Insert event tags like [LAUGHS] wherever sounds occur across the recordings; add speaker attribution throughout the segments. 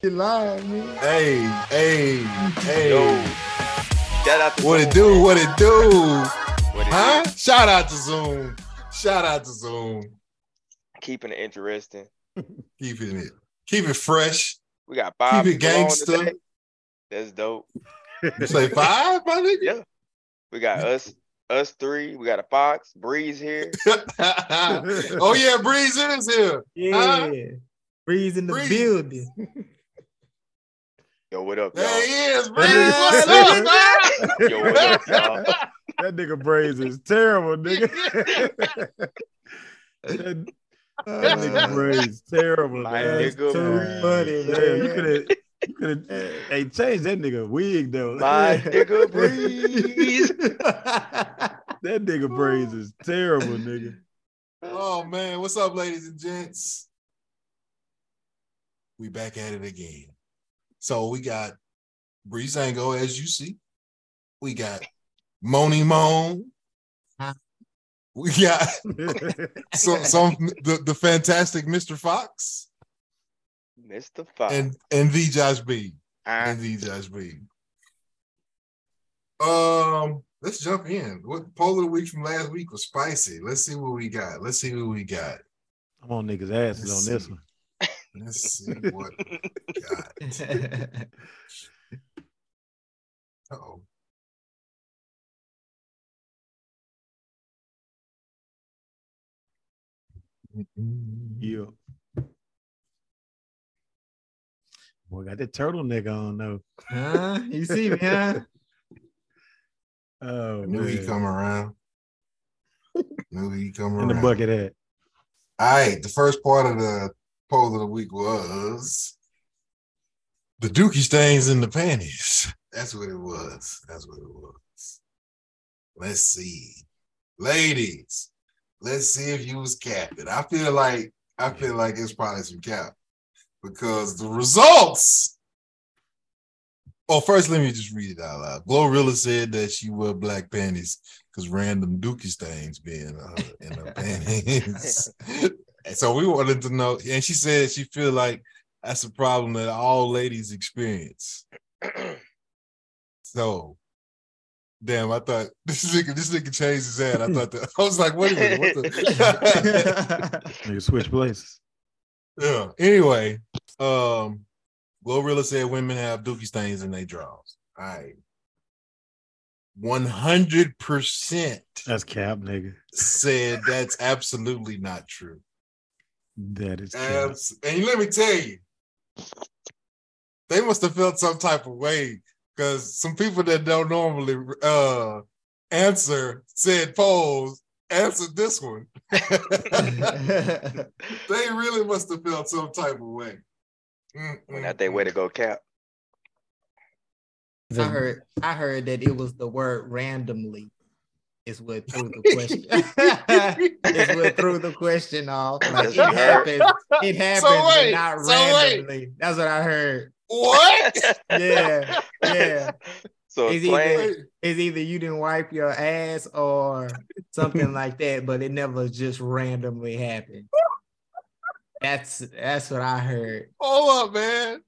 Speaker 1: You lying, man.
Speaker 2: Hey, hey, hey.
Speaker 3: Yo. Shout out to
Speaker 2: What it
Speaker 3: Zoom,
Speaker 2: do?
Speaker 3: man.
Speaker 2: What it do?
Speaker 3: What it
Speaker 2: Huh?
Speaker 3: do?
Speaker 2: Shout out to Zoom. Shout out to Zoom. [LAUGHS]
Speaker 3: Keeping it interesting.
Speaker 2: Keeping it. Keep it fresh.
Speaker 3: We got five
Speaker 2: Keep it
Speaker 3: people on
Speaker 2: gangsta.
Speaker 3: today. That's dope.
Speaker 2: You say five, my nigga?
Speaker 3: Yeah. We got us us three. We got a fox. Breeze here.
Speaker 2: [LAUGHS] oh yeah, Breeze is here.
Speaker 1: yeah.
Speaker 2: Huh?
Speaker 1: Breeze in the
Speaker 2: Breeze.
Speaker 1: building.
Speaker 3: Yo, what up, y'all?
Speaker 2: There he is, Breeze. What's up, man?
Speaker 3: Yo, what up, y'all?
Speaker 4: That nigga braids is
Speaker 2: [LAUGHS]
Speaker 4: terrible, nigga. [LAUGHS] that, that nigga braids terrible,
Speaker 3: My
Speaker 4: man.
Speaker 1: That's
Speaker 3: nigga
Speaker 1: too
Speaker 3: Breeze.
Speaker 1: funny,
Speaker 4: Damn, you
Speaker 1: man.
Speaker 4: could have, you could have, hey, change that nigga wig though. [LAUGHS]
Speaker 3: My nigga Breeze.
Speaker 4: that nigga braids is terrible, nigga.
Speaker 2: oh man, what's up, ladies and gents? We back at it again. So we got Breeze Ango, as you see. We got Moni Moan. We got some, some the, the fantastic Mr. Fox
Speaker 3: Mr. Fox.
Speaker 2: and and the Josh B.
Speaker 3: Ah,
Speaker 2: And the Josh B. Um, let's jump in. What poll of the week from last week was spicy. Let's see what we got. Let's see what we got.
Speaker 4: I'm on niggas' asses on this one. [LAUGHS]
Speaker 2: Let's see what we got.
Speaker 1: [LAUGHS]
Speaker 2: Uh-oh.
Speaker 4: Yeah. [LAUGHS] Boy, got that turtle nigga on though.
Speaker 1: huh? You see me,
Speaker 2: [LAUGHS]
Speaker 1: huh?
Speaker 4: Oh,
Speaker 2: Knew he
Speaker 4: man.
Speaker 2: come
Speaker 4: [LAUGHS]
Speaker 2: around. Knew he come
Speaker 4: in
Speaker 2: around.
Speaker 4: the bucket hat.
Speaker 2: All right. The first part of the poll of the week was the dookie stains in the panties. [LAUGHS] That's what it was. That's what it was. Let's see. Ladies, let's see if you was capping. I feel like I feel like it's probably some cap because the results. Oh, first let me just read it out loud. Glorilla said that she wore black panties because random dookie stains being uh, in her panties. And so we wanted to know, and she said she feel like that's a problem that all ladies experience. So, damn, I thought [LAUGHS] this nigga, this nigga changed his ad. I thought that I was like, wait a minute, what the?
Speaker 4: [LAUGHS]
Speaker 2: [LAUGHS]
Speaker 4: Nigga switch places.
Speaker 2: yeah. Anyway, um, Glorilla said women have dookie stains in their drawers. All right, one hundred percent
Speaker 4: That's cap, nigga.
Speaker 2: said that's absolutely not true.
Speaker 4: That is cap.
Speaker 2: Abs- and let me tell you, they must have felt some type of way because some people that don't normally uh, answer said polls answered this
Speaker 4: [LAUGHS]
Speaker 2: one. [LAUGHS] they really must have felt some type of way. Mm,
Speaker 3: when
Speaker 2: mm,
Speaker 3: that they
Speaker 2: mm.
Speaker 3: way
Speaker 4: Mm-hmm.
Speaker 3: to go cap.
Speaker 1: I heard I heard that it was the word randomly is what threw the question. is what threw the question off. Like it
Speaker 3: That's what I heard.
Speaker 1: happens, it happens,
Speaker 2: wait,
Speaker 1: but not
Speaker 2: so wait.
Speaker 1: randomly. That's what I heard.
Speaker 2: What?
Speaker 1: Yeah, yeah.
Speaker 3: So
Speaker 1: Is
Speaker 3: it's
Speaker 1: he
Speaker 3: playing.
Speaker 1: good? It's either you didn't wipe your ass or something like that, but it never just randomly happened. That's that's what I heard.
Speaker 2: Hold up, man.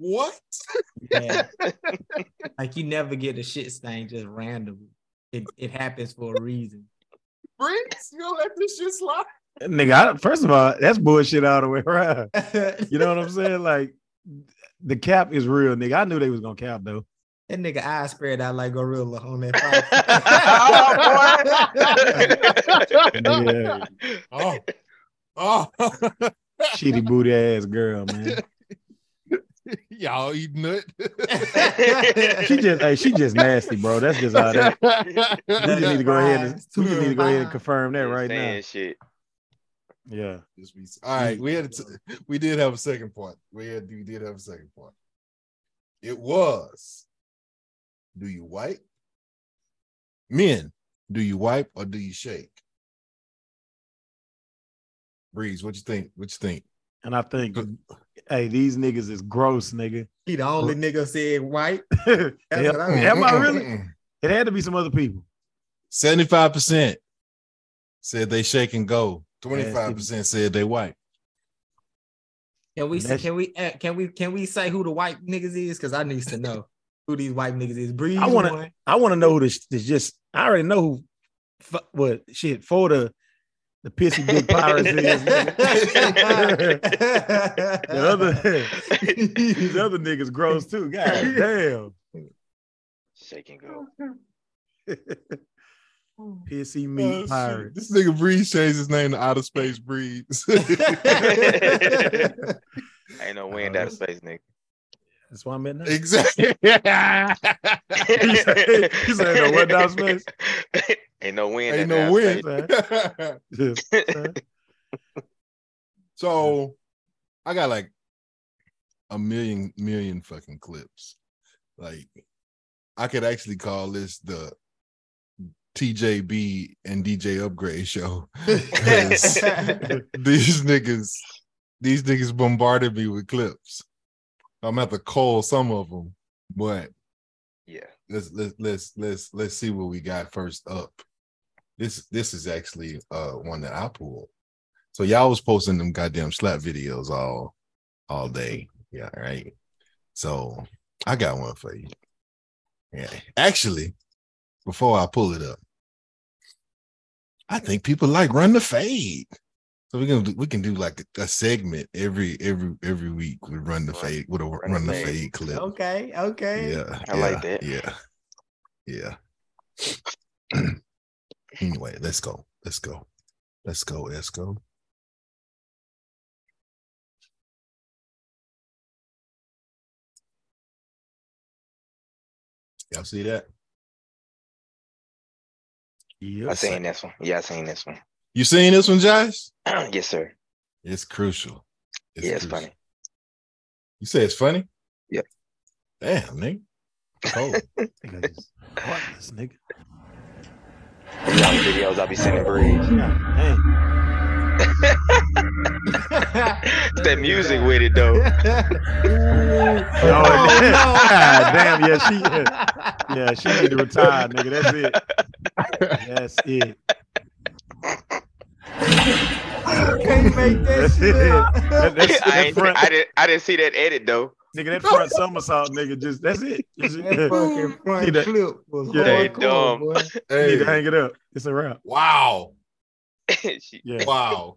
Speaker 2: What?
Speaker 1: Yeah. like you never get a shit stain just randomly. It it happens for a reason.
Speaker 2: Briggs, you gonna let this shit slide?
Speaker 4: Nigga, I, don't- first of all, that's bullshit all the way around.
Speaker 1: that
Speaker 4: You know what I'm saying? Like, the cap is real, nigga. I knew they was gonna cap though.
Speaker 1: nigga eye spread out like gorilla
Speaker 4: [LAUGHS]
Speaker 1: on that fight.
Speaker 3: Oh,
Speaker 4: Yeah,
Speaker 3: boy.
Speaker 2: Oh, oh. [LAUGHS]
Speaker 4: shitty booty ass girl, man.
Speaker 2: Y'all eating it.
Speaker 3: [LAUGHS]
Speaker 4: She just, hey, she just nasty, bro. That's just how that. We
Speaker 1: That
Speaker 4: just need
Speaker 1: is
Speaker 4: to go ahead and
Speaker 1: fine.
Speaker 4: we just need to go ahead and
Speaker 1: Fine.
Speaker 4: confirm that right now.
Speaker 3: Saying shit.
Speaker 4: Yeah,
Speaker 2: This week. All right, we had a t- we did have a second part. We had we did have a second part. It was, do you wipe? Men, do you wipe or do you shake? Breeze, what you think? What you think?
Speaker 4: and I think, hey, these niggas is gross, nigga.
Speaker 1: He the only nigga said white.
Speaker 4: [LAUGHS] Yeah,
Speaker 1: what I mean.
Speaker 4: Am I really? It had to be some other people.
Speaker 2: Seventy-five percent said they shake and go. Twenty-five percent said they wipe.
Speaker 1: Can we
Speaker 4: That's-
Speaker 1: can we eh, can we can we say who the white niggas is? Because I need to know who these white niggas is. Breeze,
Speaker 4: I wanna-
Speaker 1: one.
Speaker 4: I want to know who this, this just. I already know who. fu- What shit for the the pissy big pirates is. [LAUGHS] nigga. the other these other niggas gross too. God damn.
Speaker 3: Shake and go.
Speaker 4: Pissy
Speaker 2: Oh,
Speaker 4: meat
Speaker 2: shit. [LAUGHS]
Speaker 4: pirate.
Speaker 2: This nigga Breeze changed his name to Outer Space
Speaker 4: [LAUGHS]
Speaker 2: Breeze. [LAUGHS]
Speaker 3: Ain't no wind
Speaker 4: Uh-huh.
Speaker 3: out of space, nigga.
Speaker 4: That's why I'm at night.
Speaker 3: [LAUGHS]
Speaker 2: exactly.
Speaker 4: said- he said ain't no wind
Speaker 3: [LAUGHS]
Speaker 4: out of space.
Speaker 3: Ain't no wind.
Speaker 2: Ain't
Speaker 3: out
Speaker 2: no
Speaker 3: of
Speaker 2: win. [LAUGHS]
Speaker 4: Just-
Speaker 2: so I got like a million million fucking clips. Like I could actually call this the TJB and DJ upgrade show. 'Cause these niggas, these niggas bombarded me with clips. I'm gonna have to call some of them, but
Speaker 3: Yeah.
Speaker 2: let's let's let's let's let's see what we got first up. This this is actually uh one that I pulled. So y'all was posting them goddamn slap videos all all day. Yeah, right. So I got one for you. Yeah. Actually, before I pull it up, I think people like run the fade. So we can do, we can do like a, segment every every every week with run the
Speaker 3: Run-
Speaker 2: fade with a run, the fade, clip.
Speaker 1: okay, okay.
Speaker 2: Yeah,
Speaker 3: I like
Speaker 2: yeah,
Speaker 3: that.
Speaker 2: Yeah, yeah. anyway, let's go. Let's go. Let's go. Let's go. Y'all see that?
Speaker 4: yeah.
Speaker 3: I seen this one. Yeah, I seen this one. [CLEARS THROAT]
Speaker 2: You seen this one,
Speaker 3: [LAUGHS]
Speaker 2: Josh?
Speaker 3: yes, sir.
Speaker 2: It's crucial.
Speaker 3: yeah, it's
Speaker 2: crucial.
Speaker 3: funny.
Speaker 2: You say it's funny?
Speaker 3: Yeah.
Speaker 2: Damn, nigga. Oh,
Speaker 4: [LAUGHS] I think I just caught this nigga.
Speaker 3: These are the videos I'll be sending Breeze.
Speaker 4: God damn.
Speaker 3: that music with
Speaker 4: [LAUGHS]
Speaker 3: it though.
Speaker 4: Oh, [LAUGHS] God damn. Yeah, she. Yeah, yeah, she need to retire, nigga. That's it.
Speaker 2: [LAUGHS]
Speaker 4: That's it.
Speaker 1: Can't make that
Speaker 4: That's
Speaker 1: shit
Speaker 4: it. [LAUGHS]
Speaker 1: up.
Speaker 4: That- that's,
Speaker 3: [LAUGHS] I,
Speaker 4: that
Speaker 3: ain't,
Speaker 4: front,
Speaker 3: I didn't. I didn't see that edit though.
Speaker 4: nigga, that front somersault, nigga. Just that's it. That's [LAUGHS] it.
Speaker 1: That fucking
Speaker 4: See
Speaker 1: front
Speaker 4: that-
Speaker 1: flip was
Speaker 4: Yeah,
Speaker 3: they
Speaker 1: hardcore,
Speaker 3: dumb.
Speaker 1: boy.
Speaker 4: You need
Speaker 2: hey.
Speaker 4: to hang it up. It's a wrap.
Speaker 2: Wow.
Speaker 3: [LAUGHS] She-
Speaker 4: Yeah.
Speaker 2: Wow.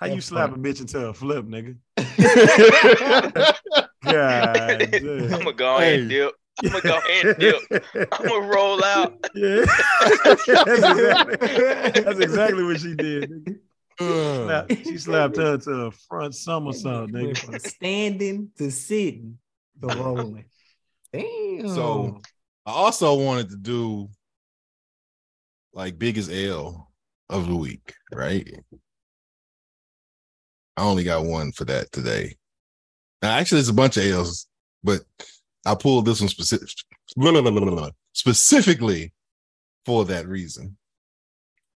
Speaker 4: How you slap a bitch into a flip, [LAUGHS] nigga? God.
Speaker 3: I'm
Speaker 4: damn.
Speaker 3: gonna go ahead and
Speaker 2: Hey.
Speaker 3: dip. I'm gonna go ahead and dip. I'm gonna roll out.
Speaker 4: Yeah. [LAUGHS]
Speaker 2: [LAUGHS]
Speaker 4: that's, exactly, that's exactly what she did. Nigga.
Speaker 2: Uh,
Speaker 4: Slap- she slapped her to a front somersault,
Speaker 1: Went
Speaker 4: nigga. [LAUGHS]
Speaker 1: from standing to sitting to rolling. Damn.
Speaker 2: So- I also wanted to do like biggest L of the week, right? I only got one for that today. Now, actually, it's a bunch of L's, but I pulled this one specific, specifically for that reason.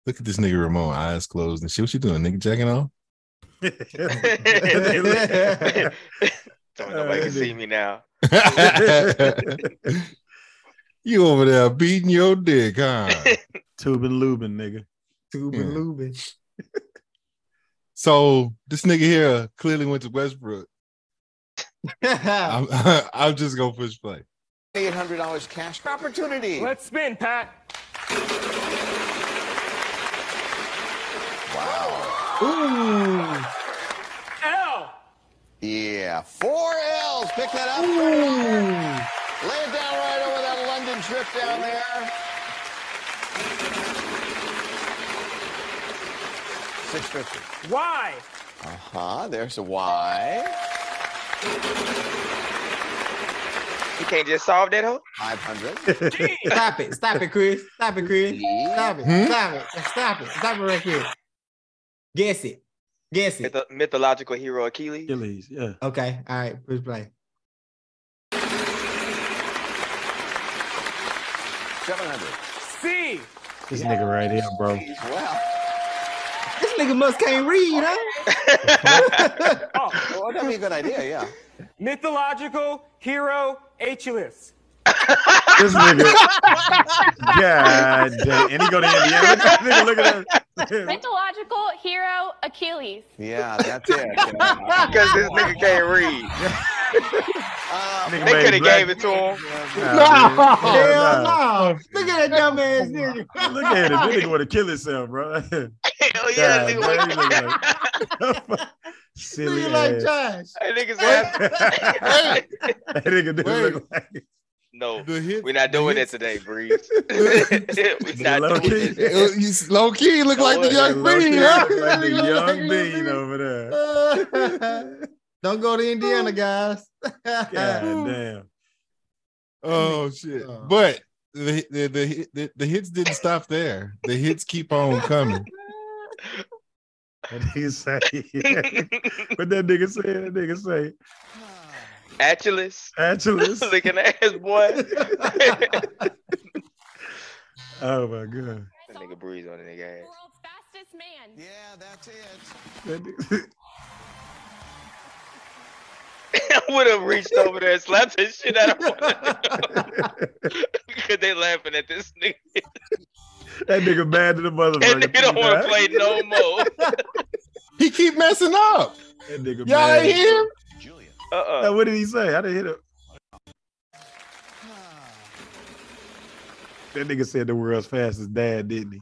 Speaker 2: Look at this nigga Ramon, eyes closed and shit. What you doing, nigga? Jacking off?
Speaker 4: Uh,
Speaker 3: Don't nobody can see me now.
Speaker 2: [LAUGHS] you over there beating your dick, huh?
Speaker 4: [LAUGHS] Tubin Lubin, nigga.
Speaker 1: Tuba
Speaker 2: Hmm.
Speaker 1: Lubin.
Speaker 2: so this nigga here clearly went to Westbrook.
Speaker 4: [LAUGHS]
Speaker 2: I'm, [LAUGHS] I'm just gonna push play.
Speaker 5: $800 cash opportunity.
Speaker 6: Let's spin, Pat.
Speaker 1: Ooh.
Speaker 6: L.
Speaker 5: Yeah, four L's. Pick that up.
Speaker 1: Ooh.
Speaker 5: Lay it down right over that London trip down there. Six fifty.
Speaker 6: Y.
Speaker 5: Uh huh. There's a Y.
Speaker 3: You can't just solve that hoe.
Speaker 5: Five hundred.
Speaker 6: G.
Speaker 1: [LAUGHS] Stop it. Stop it, Chris. Stop it, Chris. Stop it.
Speaker 2: Hmm?
Speaker 1: Stop it. Stop it. Stop it right quick. Guess it. Guess it.
Speaker 3: Myth- mythological hero Achilles.
Speaker 4: Achilles, yeah.
Speaker 1: Okay. All right. Push [LAUGHS] play.
Speaker 5: Seven hundred.
Speaker 6: C.
Speaker 4: This nigga right here, bro.
Speaker 5: Well,
Speaker 1: This nigga must can't read,
Speaker 5: [LAUGHS]
Speaker 1: huh?
Speaker 6: Oh,
Speaker 5: well, that'd be a good idea. Yeah.
Speaker 6: mythological hero Achilles.
Speaker 4: This nigga. God damn. And he go to Indiana. Look at that nigga. Look at that.
Speaker 7: [LAUGHS] Mythological hero Achilles.
Speaker 5: Yeah, that's it.
Speaker 3: Because this nigga can't read.
Speaker 5: Uh,
Speaker 3: They could have gave it to him.
Speaker 1: Nah,
Speaker 4: Nah, nah.
Speaker 1: hell no. Look at that dumbass nigga.
Speaker 4: Oh, Look at him. This nigga want to kill himself, bro.
Speaker 3: [LAUGHS] Hell
Speaker 4: God,
Speaker 3: yeah, nigga.
Speaker 4: man,
Speaker 3: what-
Speaker 4: he look
Speaker 3: [LAUGHS]
Speaker 4: like- [LAUGHS] Silly
Speaker 1: Nigga
Speaker 4: ass.
Speaker 1: like Josh.
Speaker 3: That nigga's
Speaker 4: That
Speaker 3: ass.
Speaker 4: nigga do
Speaker 2: Wait.
Speaker 4: look like
Speaker 3: No,
Speaker 2: The hit-
Speaker 3: we're not
Speaker 2: the
Speaker 3: doing that
Speaker 2: hits- [LAUGHS]
Speaker 3: today, Breeze. [LAUGHS] we're not doing
Speaker 4: Low-key.
Speaker 3: that.
Speaker 2: Uh, you low key look
Speaker 3: No,
Speaker 2: like the
Speaker 3: it-
Speaker 2: young
Speaker 4: Oh, Low-key
Speaker 2: Bean, huh?
Speaker 4: look like the
Speaker 2: Look
Speaker 1: [LAUGHS]
Speaker 2: like
Speaker 4: young
Speaker 2: Lil
Speaker 4: bean
Speaker 2: Bean.
Speaker 4: over there.
Speaker 1: Don't go to Indiana, guys. [LAUGHS]
Speaker 4: God damn.
Speaker 2: Oh shit!
Speaker 1: Oh.
Speaker 2: But the the, the hit- the the hits didn't stop there. The hits keep on coming.
Speaker 4: [LAUGHS] What did he say? [LAUGHS] what that nigga say? That nigga say,
Speaker 3: Achilles, [LAUGHS]
Speaker 4: Achilles.
Speaker 3: licking ass boy. that
Speaker 4: [LAUGHS] Oh my god.
Speaker 3: nigga Breeze on the nigga ass.
Speaker 7: World's fastest man.
Speaker 5: Yeah, that's it.
Speaker 4: That nigga-
Speaker 3: would have reached over there and slapped the shit out of him. Because they laughing at this nigga.
Speaker 4: that nigga mad to the motherfucker.
Speaker 3: That nigga don't want to play no more.
Speaker 2: He keep messing up.
Speaker 4: That nigga
Speaker 2: Y'all
Speaker 4: mad.
Speaker 2: ain't hear? him?
Speaker 5: Julia.
Speaker 4: Now,
Speaker 3: Uh-uh.
Speaker 4: what did he say? I didn't hit him. That nigga said the world's fastest dad,
Speaker 2: [LAUGHS]
Speaker 4: didn't he?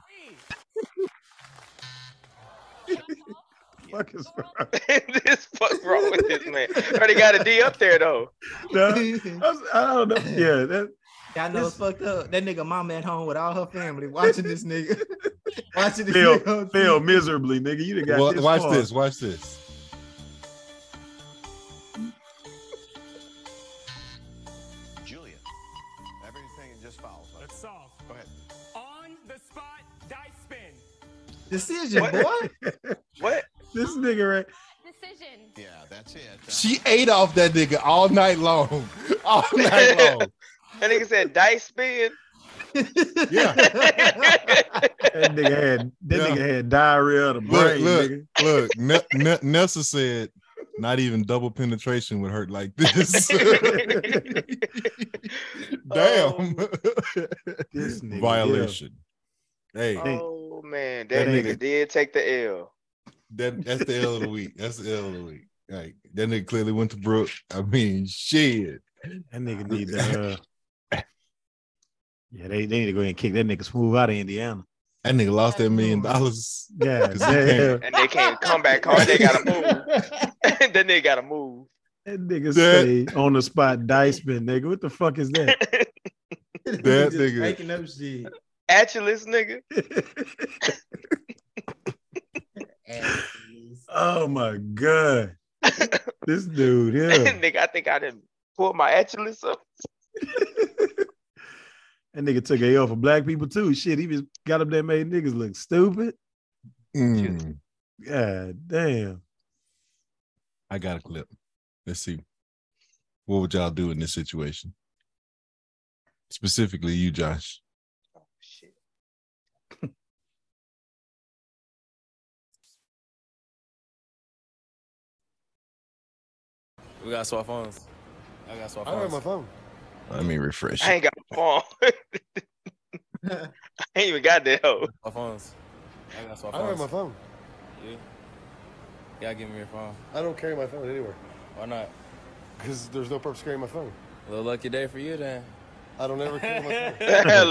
Speaker 4: Fuck is wrong?
Speaker 3: [LAUGHS] this fuck wrong with this man. Already got a D up there though.
Speaker 4: No, I, was, I don't know. Yeah, that,
Speaker 1: Y'all know it's
Speaker 4: This-
Speaker 1: fucked up. That nigga mama at home with all her family watching this [LAUGHS] nigga. watching this
Speaker 4: Fail-
Speaker 2: [LAUGHS]
Speaker 1: nigga. on
Speaker 4: failed
Speaker 1: TV.
Speaker 4: miserably, nigga. You done got
Speaker 2: Wa-
Speaker 4: this
Speaker 2: watch
Speaker 4: far.
Speaker 2: this. Watch this.
Speaker 5: Julia. Everything just follows.
Speaker 6: Let's solve.
Speaker 5: Go ahead.
Speaker 6: On the spot dice spin.
Speaker 1: Decision,
Speaker 3: What?
Speaker 1: boy.
Speaker 3: [LAUGHS] What?
Speaker 4: This nigga right.
Speaker 7: Decision.
Speaker 5: Yeah, that's it.
Speaker 2: She ate off that nigga all night long. [LAUGHS]
Speaker 3: [LAUGHS]
Speaker 2: All night long.
Speaker 3: That nigga said dice spin.
Speaker 2: Yeah.
Speaker 3: [LAUGHS]
Speaker 4: That nigga had that
Speaker 2: Yeah.
Speaker 4: nigga had diarrhea of the
Speaker 2: Look,
Speaker 4: brain,
Speaker 2: look.
Speaker 4: nigga.
Speaker 2: Look, N- N- Nessa said, not even double penetration would hurt like [LAUGHS] this. Damn.
Speaker 4: This nigga, yeah.
Speaker 2: Violation. Hey,
Speaker 3: Oh man, that,
Speaker 2: That
Speaker 3: nigga,
Speaker 2: nigga-
Speaker 3: did take the L.
Speaker 2: that, that's the L of the week. That's the L of the week.
Speaker 1: [LAUGHS]
Speaker 2: Like that nigga clearly went to Brook. I mean, shit.
Speaker 4: That nigga need to. Uh, yeah, they, they need to go ahead and kick that nigga smooth out of Indiana.
Speaker 2: That nigga lost that million dollars.
Speaker 4: Yeah,
Speaker 2: [LAUGHS] Cause he can't.
Speaker 4: that,
Speaker 3: And they can't come back hard. They gotta move. [LAUGHS] then they gotta move.
Speaker 4: that nigga
Speaker 2: That-
Speaker 4: say on the spot dice bin, nigga. What the fuck is that?
Speaker 2: [LAUGHS] That
Speaker 1: Just
Speaker 2: nigga.
Speaker 1: Making up shit.
Speaker 3: Achilles
Speaker 5: [LAUGHS]
Speaker 3: nigga. [LAUGHS]
Speaker 1: Asses.
Speaker 4: oh my
Speaker 2: [LAUGHS]
Speaker 4: god, this dude, yeah.
Speaker 3: nigga, I think I didn't pull my Achilles up.
Speaker 4: That nigga took a L for black people too. Shit, he just got up there and made niggas look stupid.
Speaker 2: Mm,
Speaker 4: God damn.
Speaker 2: I got a clip. Let's see. What would y'all do in this situation? [LAUGHS] Specifically, you, Josh.
Speaker 3: Shit.
Speaker 8: We gotta swap phones. I gotta swap
Speaker 5: I don't have
Speaker 8: phones.
Speaker 5: my phone.
Speaker 2: Let me refresh.
Speaker 3: I ain't got a phone. [LAUGHS] I ain't even got that hoe.
Speaker 8: Swap phones. I gotta swap
Speaker 5: I don't have
Speaker 8: phones.
Speaker 5: my phone.
Speaker 8: You? Yeah, give me your phone.
Speaker 5: I don't carry my phone anywhere
Speaker 8: Why not?
Speaker 5: because there's no purpose carrying my phone.
Speaker 8: A little lucky day for you then.
Speaker 5: I don't ever carry my phone.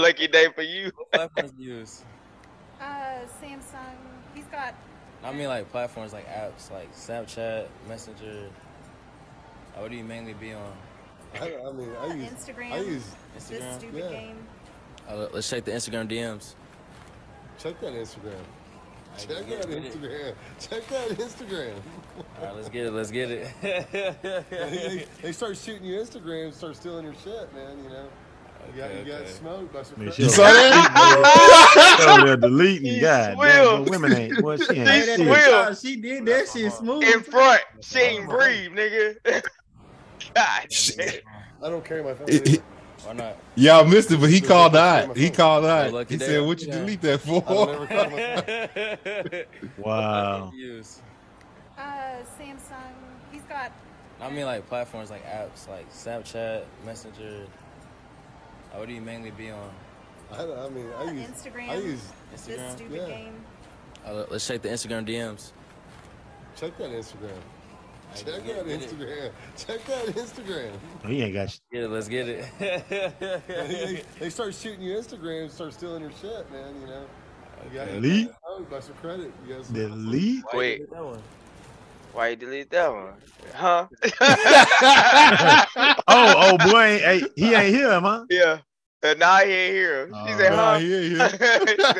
Speaker 8: [LAUGHS]
Speaker 3: [LAUGHS] Lucky day for you.
Speaker 8: What platforms do you use?
Speaker 9: Uh, Samsung. He's got.
Speaker 8: I mean like platforms like apps like Snapchat, Messenger. Uh, What do you mainly be on?
Speaker 5: I, I mean, I use
Speaker 9: Instagram.
Speaker 5: I use
Speaker 9: This
Speaker 8: Instagram?
Speaker 9: stupid
Speaker 5: Yeah.
Speaker 9: game. [LAUGHS]
Speaker 8: Uh, let's check the Instagram DMs.
Speaker 5: check that Instagram. Check
Speaker 8: get
Speaker 5: that
Speaker 8: it.
Speaker 5: Instagram. Check that Instagram.
Speaker 8: All right, let's get it. Let's get [LAUGHS] it.
Speaker 5: they, they start shooting you Instagram, start stealing your shit, man. You know, you got, you got
Speaker 8: Okay,
Speaker 5: smoked by some.
Speaker 4: Man,
Speaker 5: crazy-
Speaker 2: You saw that? [LAUGHS]
Speaker 4: Oh, they're deleting.
Speaker 3: He
Speaker 4: God,
Speaker 3: swilled.
Speaker 4: damn, the women ain't. Well, she ain't.
Speaker 3: He
Speaker 4: shit.
Speaker 3: swilled. Will.
Speaker 1: She did that shit smooth.
Speaker 3: In front. She ain't breathe, nigga. God damn.
Speaker 5: I don't carry my phone.
Speaker 2: He- he-
Speaker 5: either.
Speaker 8: Why not?
Speaker 2: Y'all missed it, but he called out. He called out.
Speaker 8: Lucky
Speaker 2: He
Speaker 8: day.
Speaker 2: said, "What you
Speaker 8: Yeah.
Speaker 2: delete that
Speaker 5: I don't ever
Speaker 2: for?"
Speaker 5: carry my phone.
Speaker 8: [LAUGHS]
Speaker 4: Wow.
Speaker 8: You use?
Speaker 9: Uh, Samsung. He's got.
Speaker 8: I mean like platforms like apps like Snapchat, Messenger. Uh, What do you mainly be on?
Speaker 5: I, I mean, I use
Speaker 9: Instagram.
Speaker 5: I use
Speaker 9: This
Speaker 8: Instagram?
Speaker 9: stupid
Speaker 5: Yeah.
Speaker 9: game.
Speaker 8: Uh, Uh, let's check the Instagram DMs.
Speaker 5: Check that Instagram.
Speaker 8: I
Speaker 5: Check
Speaker 8: get
Speaker 5: that
Speaker 8: it.
Speaker 5: Instagram. Check that Instagram.
Speaker 4: Oh, he ain't got shit.
Speaker 8: Yeah, let's get it.
Speaker 5: [LAUGHS] they, they start shooting you Instagram, start stealing your shit, man. You know. You gotta-
Speaker 4: Delete.
Speaker 5: Oh, by some credit. You guys.
Speaker 4: Delete.
Speaker 3: Wait,
Speaker 8: That one.
Speaker 3: why you delete that one? Huh?
Speaker 2: [LAUGHS]
Speaker 3: [LAUGHS]
Speaker 4: oh, [LAUGHS] oh boy, ain't- hey, he ain't here, am I?
Speaker 3: yeah. And now he ain't here. She
Speaker 4: Oh,
Speaker 3: said,
Speaker 4: nah,
Speaker 3: huh? [LAUGHS]
Speaker 2: yeah,
Speaker 3: she said, huh?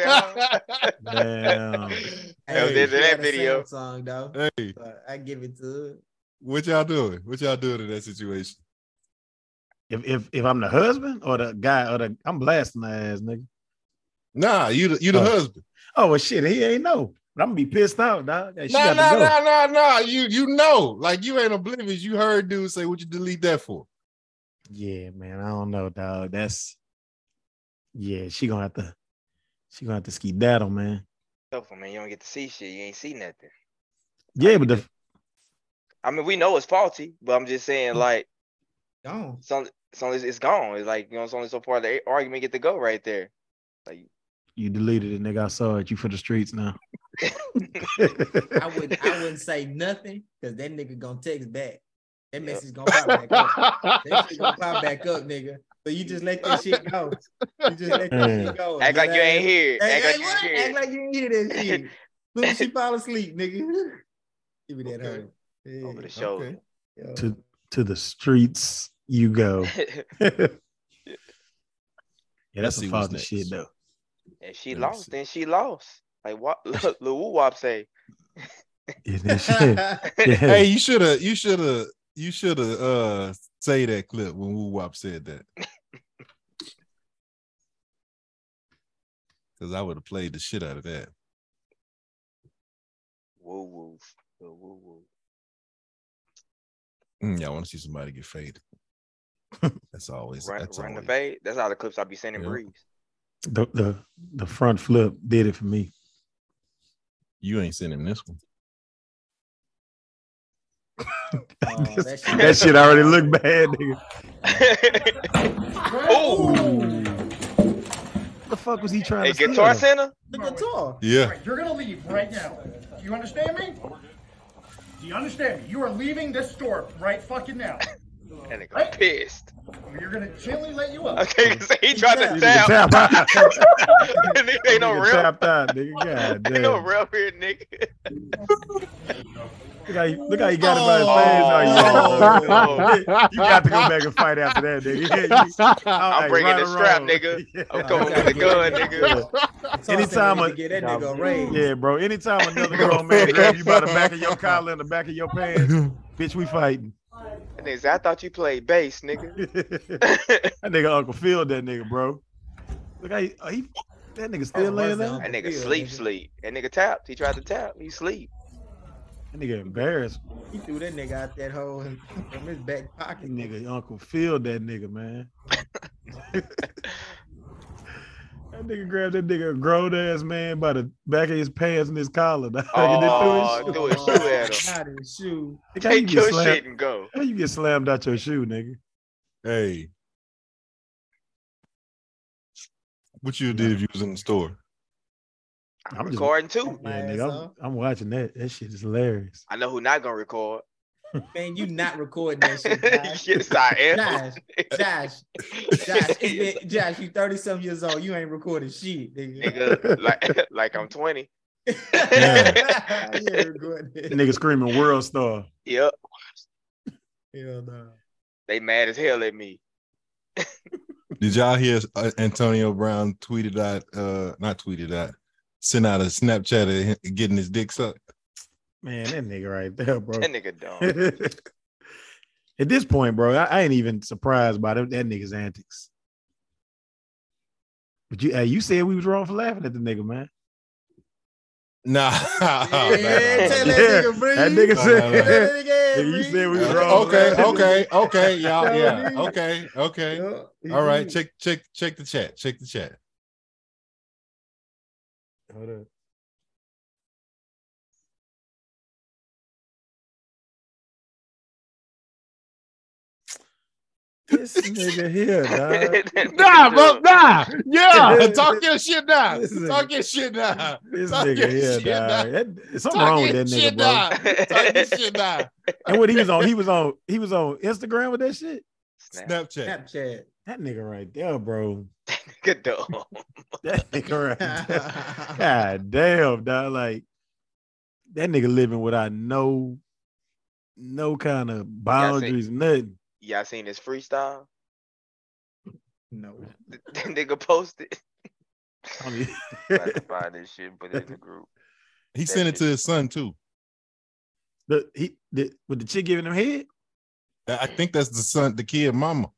Speaker 4: [LAUGHS] Damn.
Speaker 3: That was the end of
Speaker 1: she
Speaker 3: that
Speaker 1: had a
Speaker 3: video.
Speaker 1: Samsung, though.
Speaker 2: Hey,
Speaker 1: But I give it to her.
Speaker 2: what y'all doing? What y'all doing in that situation?
Speaker 4: If, if if I'm the husband or the guy or the I'm blasting the ass nigga.
Speaker 2: Nah, you the, you the
Speaker 4: Oh.
Speaker 2: husband.
Speaker 4: Oh well, shit, he ain't know. But I'm gonna be pissed off, dog. Hey, she
Speaker 2: Nah,
Speaker 4: got
Speaker 2: nah,
Speaker 4: to go.
Speaker 2: nah, nah, nah. You you know, like you ain't oblivious. You heard dude say, "What you delete that for?"
Speaker 4: Yeah, man, I don't know, dog. That's yeah. She gonna have to. She gonna have to ski daddle, man.
Speaker 3: Tough, man. You don't get to see shit. You ain't see nothing.
Speaker 4: Yeah, but the
Speaker 3: I mean, we know it's faulty, but I'm just saying, like,
Speaker 1: Gone.
Speaker 3: it's only, it's only it's gone. It's like you know, it's only so far the argument get to go right there. Like,
Speaker 4: you deleted it, nigga. I saw it. You for the streets now.
Speaker 1: I wouldn't. I wouldn't say nothing because that nigga gonna text back. That message gonna pop back up.
Speaker 3: [LAUGHS]
Speaker 1: That shit gonna pop back up, nigga. So you just let that shit go. You just let that
Speaker 4: Man.
Speaker 1: shit go.
Speaker 3: act [LAUGHS] like you ain't
Speaker 1: here.
Speaker 3: here.
Speaker 1: Hey,
Speaker 3: Act like
Speaker 1: hey,
Speaker 3: you
Speaker 1: what?
Speaker 3: ain't
Speaker 1: Act
Speaker 3: here.
Speaker 1: like you ain't hear that shit. Soon as
Speaker 3: [LAUGHS]
Speaker 1: she fall asleep, nigga. [LAUGHS] Give me that
Speaker 2: Okay.
Speaker 1: honey. Yeah,
Speaker 3: Over
Speaker 2: Okay.
Speaker 3: the shoulder.
Speaker 1: yo.
Speaker 4: to to the streets you go. yeah, that's
Speaker 2: Let's
Speaker 4: some
Speaker 2: see what's
Speaker 4: faulty
Speaker 2: next.
Speaker 4: shit though.
Speaker 3: If she
Speaker 2: Let me
Speaker 3: lost,
Speaker 2: see.
Speaker 3: then she lost. Like what [LAUGHS] Lil Woo Wop say.
Speaker 4: Yeah, that shit. [LAUGHS] Yeah.
Speaker 2: [LAUGHS] Hey, you should have. You should have. You should have uh say that clip when Woo Wop said that. Because I would have played the shit out of that.
Speaker 3: Woo woo. Lil Woo woo.
Speaker 2: Mm, yeah, I want to see somebody get faded. That's always
Speaker 3: Run,
Speaker 2: that's
Speaker 3: run the
Speaker 2: always-
Speaker 3: fade. That's all the clips I be sending
Speaker 2: Yeah.
Speaker 3: Breeze.
Speaker 4: the, the the front flip did it for me.
Speaker 2: You ain't sending this one.
Speaker 1: Oh,
Speaker 4: that,
Speaker 1: that shit-
Speaker 4: shit, already looked bad, nigga.
Speaker 3: [LAUGHS] oh,
Speaker 4: What the fuck was he trying
Speaker 3: a
Speaker 4: to
Speaker 3: guitar
Speaker 4: steal?
Speaker 3: center.
Speaker 1: the guitar.
Speaker 3: [LAUGHS]
Speaker 2: Yeah.
Speaker 10: You're gonna leave right now. Do you understand me? Do you understand me? You are leaving this store right fucking
Speaker 3: [LAUGHS]
Speaker 10: now.
Speaker 3: And it got pissed.
Speaker 10: You're gonna gently let you up.
Speaker 3: Okay, so he tried to
Speaker 4: You
Speaker 3: tap.
Speaker 4: tap out.
Speaker 3: [LAUGHS] Nigga ain't no
Speaker 4: Nigga
Speaker 3: real.
Speaker 4: tapped out, nigga.
Speaker 3: [LAUGHS]
Speaker 4: God damn.
Speaker 3: Ain't no real here, nigga.
Speaker 4: Look how you, look how you got him by his face.
Speaker 3: Oh,
Speaker 4: Oh, yeah. you got to go back and fight after that, nigga. [LAUGHS] Yeah, you-
Speaker 3: I'm
Speaker 4: like,
Speaker 3: bringing
Speaker 4: right
Speaker 3: the
Speaker 4: or
Speaker 3: strap,
Speaker 4: wrong.
Speaker 3: nigga.
Speaker 4: [LAUGHS] Yeah.
Speaker 3: I'm coming
Speaker 1: gotta
Speaker 3: with the
Speaker 4: [LAUGHS]
Speaker 1: get
Speaker 3: gun,
Speaker 1: it.
Speaker 3: nigga.
Speaker 1: Guitar said
Speaker 4: Anytime
Speaker 1: we
Speaker 4: a-
Speaker 1: need to get that nigga a raise.
Speaker 4: Yeah, bro.
Speaker 3: [LAUGHS]
Speaker 4: Anytime another grown man grabs you by the back of your collar and the back of your
Speaker 3: [LAUGHS]
Speaker 4: pants, bitch, we fighting.
Speaker 3: That nigga said, I thought you played bass,
Speaker 4: [LAUGHS]
Speaker 3: nigga.
Speaker 4: that nigga Uncle Phil, that nigga, bro. Look how he, oh, he that nigga still
Speaker 1: Oh,
Speaker 4: laying
Speaker 1: what's
Speaker 4: down.
Speaker 1: up?
Speaker 3: That nigga
Speaker 1: Yeah,
Speaker 3: sleep,
Speaker 1: nigga.
Speaker 3: sleep. That nigga tapped. He tried to tap. He sleep. [LAUGHS]
Speaker 4: That nigga embarrassed.
Speaker 1: He threw that nigga out that hole in- from his back
Speaker 4: That
Speaker 1: pocket.
Speaker 4: nigga Uncle Phil, that nigga, man. That nigga grabbed that nigga grown ass man by the back of his pants and his collar. dog, [LAUGHS] and then threw his
Speaker 3: Oh,
Speaker 4: shoe.
Speaker 3: threw his shoe at him.
Speaker 1: Not his shoe.
Speaker 4: Look how you
Speaker 3: Take
Speaker 4: get
Speaker 3: your
Speaker 4: slammed-
Speaker 3: shit and go.
Speaker 4: How you get slammed out your shoe, nigga?
Speaker 2: Hey. What you did if you was in the store?
Speaker 4: I'm
Speaker 3: I'm
Speaker 4: just-
Speaker 3: recording too.
Speaker 1: My
Speaker 4: Yeah,
Speaker 1: ass
Speaker 4: nigga, I'm,
Speaker 1: off.
Speaker 4: I'm watching that. That shit is
Speaker 6: [LAUGHS]
Speaker 4: hilarious.
Speaker 3: I know who not gonna record.
Speaker 1: [LAUGHS] Man, you
Speaker 3: [LAUGHS]
Speaker 1: not recording that shit, Josh.
Speaker 3: yes, I am.
Speaker 1: [LAUGHS] Josh,
Speaker 3: [LAUGHS]
Speaker 1: Josh, Josh, it's been, Josh, you 30 something years old. You ain't recording shit, nigga.
Speaker 3: Nigga, like, like I'm 20. [LAUGHS]
Speaker 10: [LAUGHS]
Speaker 1: yeah. recording
Speaker 4: That
Speaker 1: it.
Speaker 4: nigga screaming world star.
Speaker 3: Yep.
Speaker 1: Hell no.
Speaker 3: They mad as hell at me.
Speaker 2: Did y'all hear uh, Antonio Brown tweeted out, uh, not tweeted out, sent out a Snapchat of him getting his dick sucked?
Speaker 4: Man, that nigga right there, bro. [LAUGHS]
Speaker 3: That nigga dumb.
Speaker 4: At this point, bro, I, I ain't even surprised by that, that nigga's antics. But you, hey, you said we was wrong for laughing at the nigga, man. [LAUGHS]
Speaker 2: Nah.
Speaker 1: Yeah, tell that
Speaker 4: Yeah,
Speaker 1: nigga, Bree.
Speaker 4: that
Speaker 2: Nah,
Speaker 4: nigga
Speaker 2: nah,
Speaker 4: said,
Speaker 2: [LAUGHS]
Speaker 4: [LAUGHS]
Speaker 1: Tell that
Speaker 4: Nigga, you
Speaker 1: Bree.
Speaker 4: said we was wrong.
Speaker 2: okay, okay, okay, y'all, yeah,
Speaker 1: Tell me.
Speaker 2: okay, okay.
Speaker 1: Yeah,
Speaker 2: All right,
Speaker 1: he-
Speaker 2: check, check, check the chat, check the chat.
Speaker 4: Hold up. This nigga here, dog.
Speaker 2: Nah, bro, nah. Yeah,
Speaker 4: Yeah.
Speaker 2: talk your shit now.
Speaker 4: This is-
Speaker 2: Talk your shit now.
Speaker 4: This
Speaker 2: Talk your
Speaker 4: nigga here,
Speaker 2: shit now.
Speaker 4: dog. That, something
Speaker 2: Talk
Speaker 4: wrong with
Speaker 2: your
Speaker 4: that
Speaker 2: shit
Speaker 4: nigga, bro.
Speaker 2: now. Talk your shit
Speaker 4: [LAUGHS]
Speaker 2: now.
Speaker 4: And what he was on, he was on, he was on Instagram with that shit.
Speaker 3: Snap.
Speaker 2: Snapchat.
Speaker 1: Snapchat.
Speaker 4: That nigga right there,
Speaker 3: [LAUGHS]
Speaker 4: bro.
Speaker 3: Good dog.
Speaker 4: [LAUGHS] That nigga
Speaker 2: [LAUGHS]
Speaker 4: right there. God damn, dog. Like that nigga living without no, no kind of boundaries, nothing.
Speaker 3: Y'all seen this freestyle?
Speaker 1: no.
Speaker 2: [LAUGHS]
Speaker 6: [LAUGHS]
Speaker 3: That
Speaker 4: [LAUGHS]
Speaker 3: nigga posted.
Speaker 4: I mean, [LAUGHS]
Speaker 3: I can buy this shit, put it in the group.
Speaker 2: He sent it to his son too.
Speaker 4: the, he, the, with the chick giving him head.
Speaker 2: I I think that's the son, the kid, mama.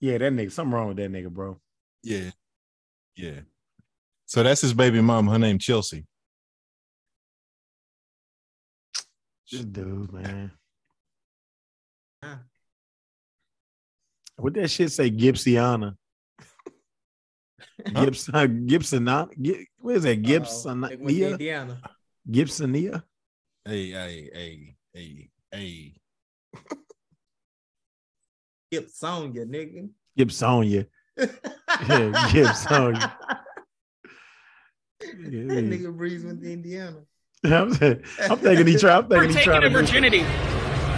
Speaker 4: Yeah, that nigga. Something wrong with that nigga, bro.
Speaker 2: Yeah, yeah. So that's his baby mama. Her name Chelsea.
Speaker 4: This dude, man.
Speaker 1: Yeah.
Speaker 4: What that shit say, Gibsoniana?
Speaker 2: Huh?
Speaker 4: Gibson, Gibson, Gi- what is that?
Speaker 1: Like with
Speaker 4: Gibsonia,
Speaker 1: Indiana.
Speaker 4: Gibsonia.
Speaker 2: Hey, hey, hey, hey, hey.
Speaker 1: Gibsonia, nigga.
Speaker 3: [LAUGHS]
Speaker 4: Gibsonia. Yeah, Gibsonia.
Speaker 1: That nigga breeds with Indiana.
Speaker 4: I'm, saying- I'm [LAUGHS] thinking he try. I'm thinking he trying to. do-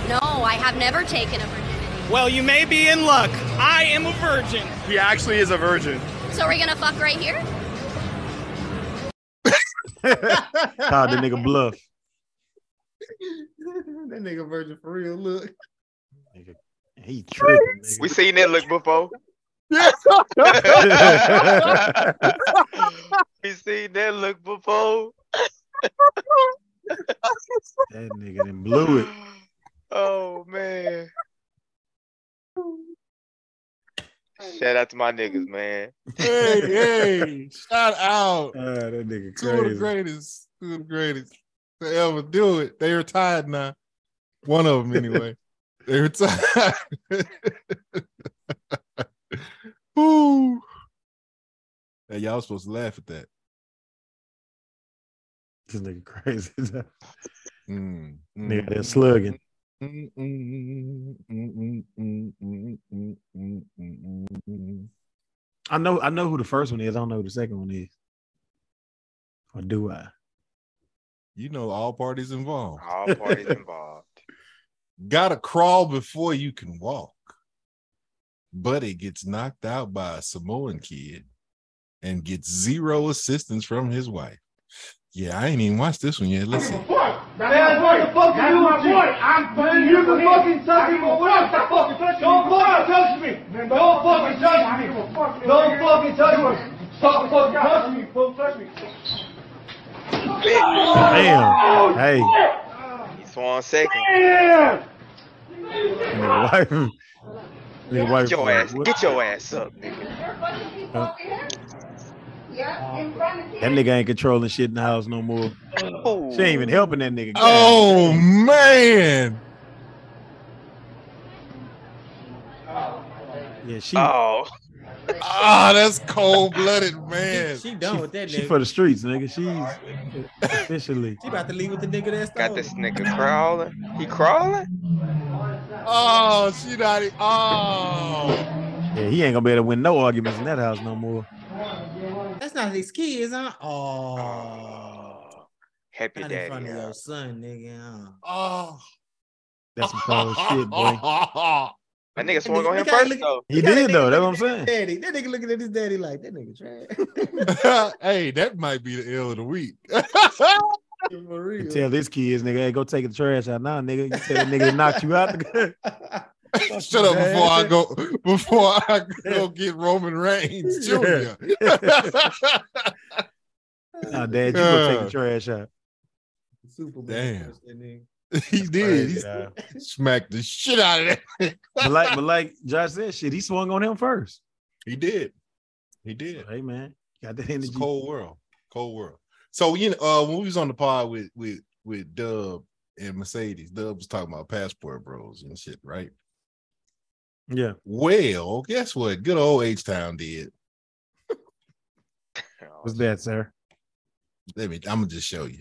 Speaker 7: No, I have never taken a virginity.
Speaker 6: Well, you may be in luck. I am a virgin.
Speaker 5: He actually is a virgin.
Speaker 7: So we're gonna fuck right here?
Speaker 4: Called the [LAUGHS] nigga bluff.
Speaker 1: that nigga virgin for real. Look.
Speaker 4: Nigga, He tripping. Nigga.
Speaker 3: We seen that look before.
Speaker 4: [LAUGHS]
Speaker 3: we seen that look before.
Speaker 4: That nigga then blew it.
Speaker 3: Oh man. Shout out to my niggas, man.
Speaker 2: hey, hey, shout out.
Speaker 4: Ah, that nigga
Speaker 2: Two of the greatest, two of the greatest to ever do it. They retired now. One of them, [LAUGHS] anyway. they retired. Ooh. Hey, y'all supposed to laugh at that.
Speaker 4: This nigga crazy. [LAUGHS]
Speaker 2: Mm, mm,
Speaker 4: nigga, they're slugging.
Speaker 2: mm, mm, mm, mm, mm, mm, mm, mm, mm.
Speaker 4: I know I know who the first one is. I don't know who the second one is. Or do I?
Speaker 2: You know all parties involved. [LAUGHS]
Speaker 3: All parties involved.
Speaker 2: Gotta crawl before you can walk. Buddy gets knocked out by a Samoan kid and gets zero assistance from his wife. Yeah, I ain't even watched this one yet. Listen.
Speaker 3: [LAUGHS]
Speaker 10: That's what the fuck you my point. I'm playing you can fucking touch me. Don't fucking touch me. Don't fucking touch me. Don't fucking touch me. Don't fucking touch me. Stop fucking touching me. Don't touch me.
Speaker 4: Damn. Hey,
Speaker 3: He swung second.
Speaker 4: nigga wife. Nigga wife.
Speaker 3: Get your ass.
Speaker 4: what-
Speaker 3: Get your ass up, nigga.
Speaker 4: That nigga ain't controlling shit in the house no more.
Speaker 3: Ooh.
Speaker 4: She ain't even helping that nigga.
Speaker 2: Oh man.
Speaker 4: yeah, she
Speaker 3: Oh.
Speaker 2: Ah, that's cold
Speaker 4: [LAUGHS]
Speaker 2: blooded, man.
Speaker 1: She done with that
Speaker 4: she
Speaker 1: nigga.
Speaker 4: for the streets, nigga. She's officially.
Speaker 1: She about to leave with the nigga that's
Speaker 3: Got this nigga crawling. He crawling?
Speaker 2: Oh, she not. e- Oh,
Speaker 4: Yeah, he ain't gonna be able to win no arguments in that house no more.
Speaker 1: That's not his kids, huh? Oh,
Speaker 3: Happy
Speaker 1: not in
Speaker 3: daddy.
Speaker 1: front of
Speaker 3: huh?
Speaker 1: your son, nigga. huh?
Speaker 2: oh.
Speaker 4: That's some cold shit, boy.
Speaker 3: My nigga swung on him
Speaker 1: Look how he
Speaker 3: first
Speaker 1: look-
Speaker 3: though.
Speaker 4: He
Speaker 1: Look how
Speaker 4: did
Speaker 1: that
Speaker 4: though.
Speaker 1: nigga
Speaker 4: That's what I'm
Speaker 1: looking at his
Speaker 4: saying.
Speaker 1: Daddy, that nigga looking at his daddy like that nigga trash.
Speaker 2: [LAUGHS] hey, that might be the L of the week.
Speaker 1: for real.
Speaker 4: You [LAUGHS] tell this kids, nigga, hey, go take the trash out now, nigga. You tell that nigga to knock you [LAUGHS] out. The-
Speaker 2: [LAUGHS] Shut up before I go before I go get Roman Reigns Jr.
Speaker 4: [LAUGHS] nah, dad, you go take the trash out.
Speaker 1: Superman.
Speaker 2: Damn.
Speaker 1: punched that nigga.
Speaker 2: [LAUGHS] he did. He
Speaker 4: Yeah.
Speaker 2: smacked the shit out of that.
Speaker 4: but
Speaker 2: [LAUGHS]
Speaker 4: like, but like Josh said, shit, he swung on him first.
Speaker 2: He did. He did.
Speaker 4: Hey man, got that
Speaker 2: It's
Speaker 4: energy.
Speaker 2: a cold world. Cold world. So you know, uh, when we was on the pod with with with Dub and Mercedes, Dub was talking about passport bros and shit, right?
Speaker 4: Yeah,
Speaker 2: Well, guess what? Good old H Town did.
Speaker 4: what's that, sir?
Speaker 2: Let me. I'm gonna just show you.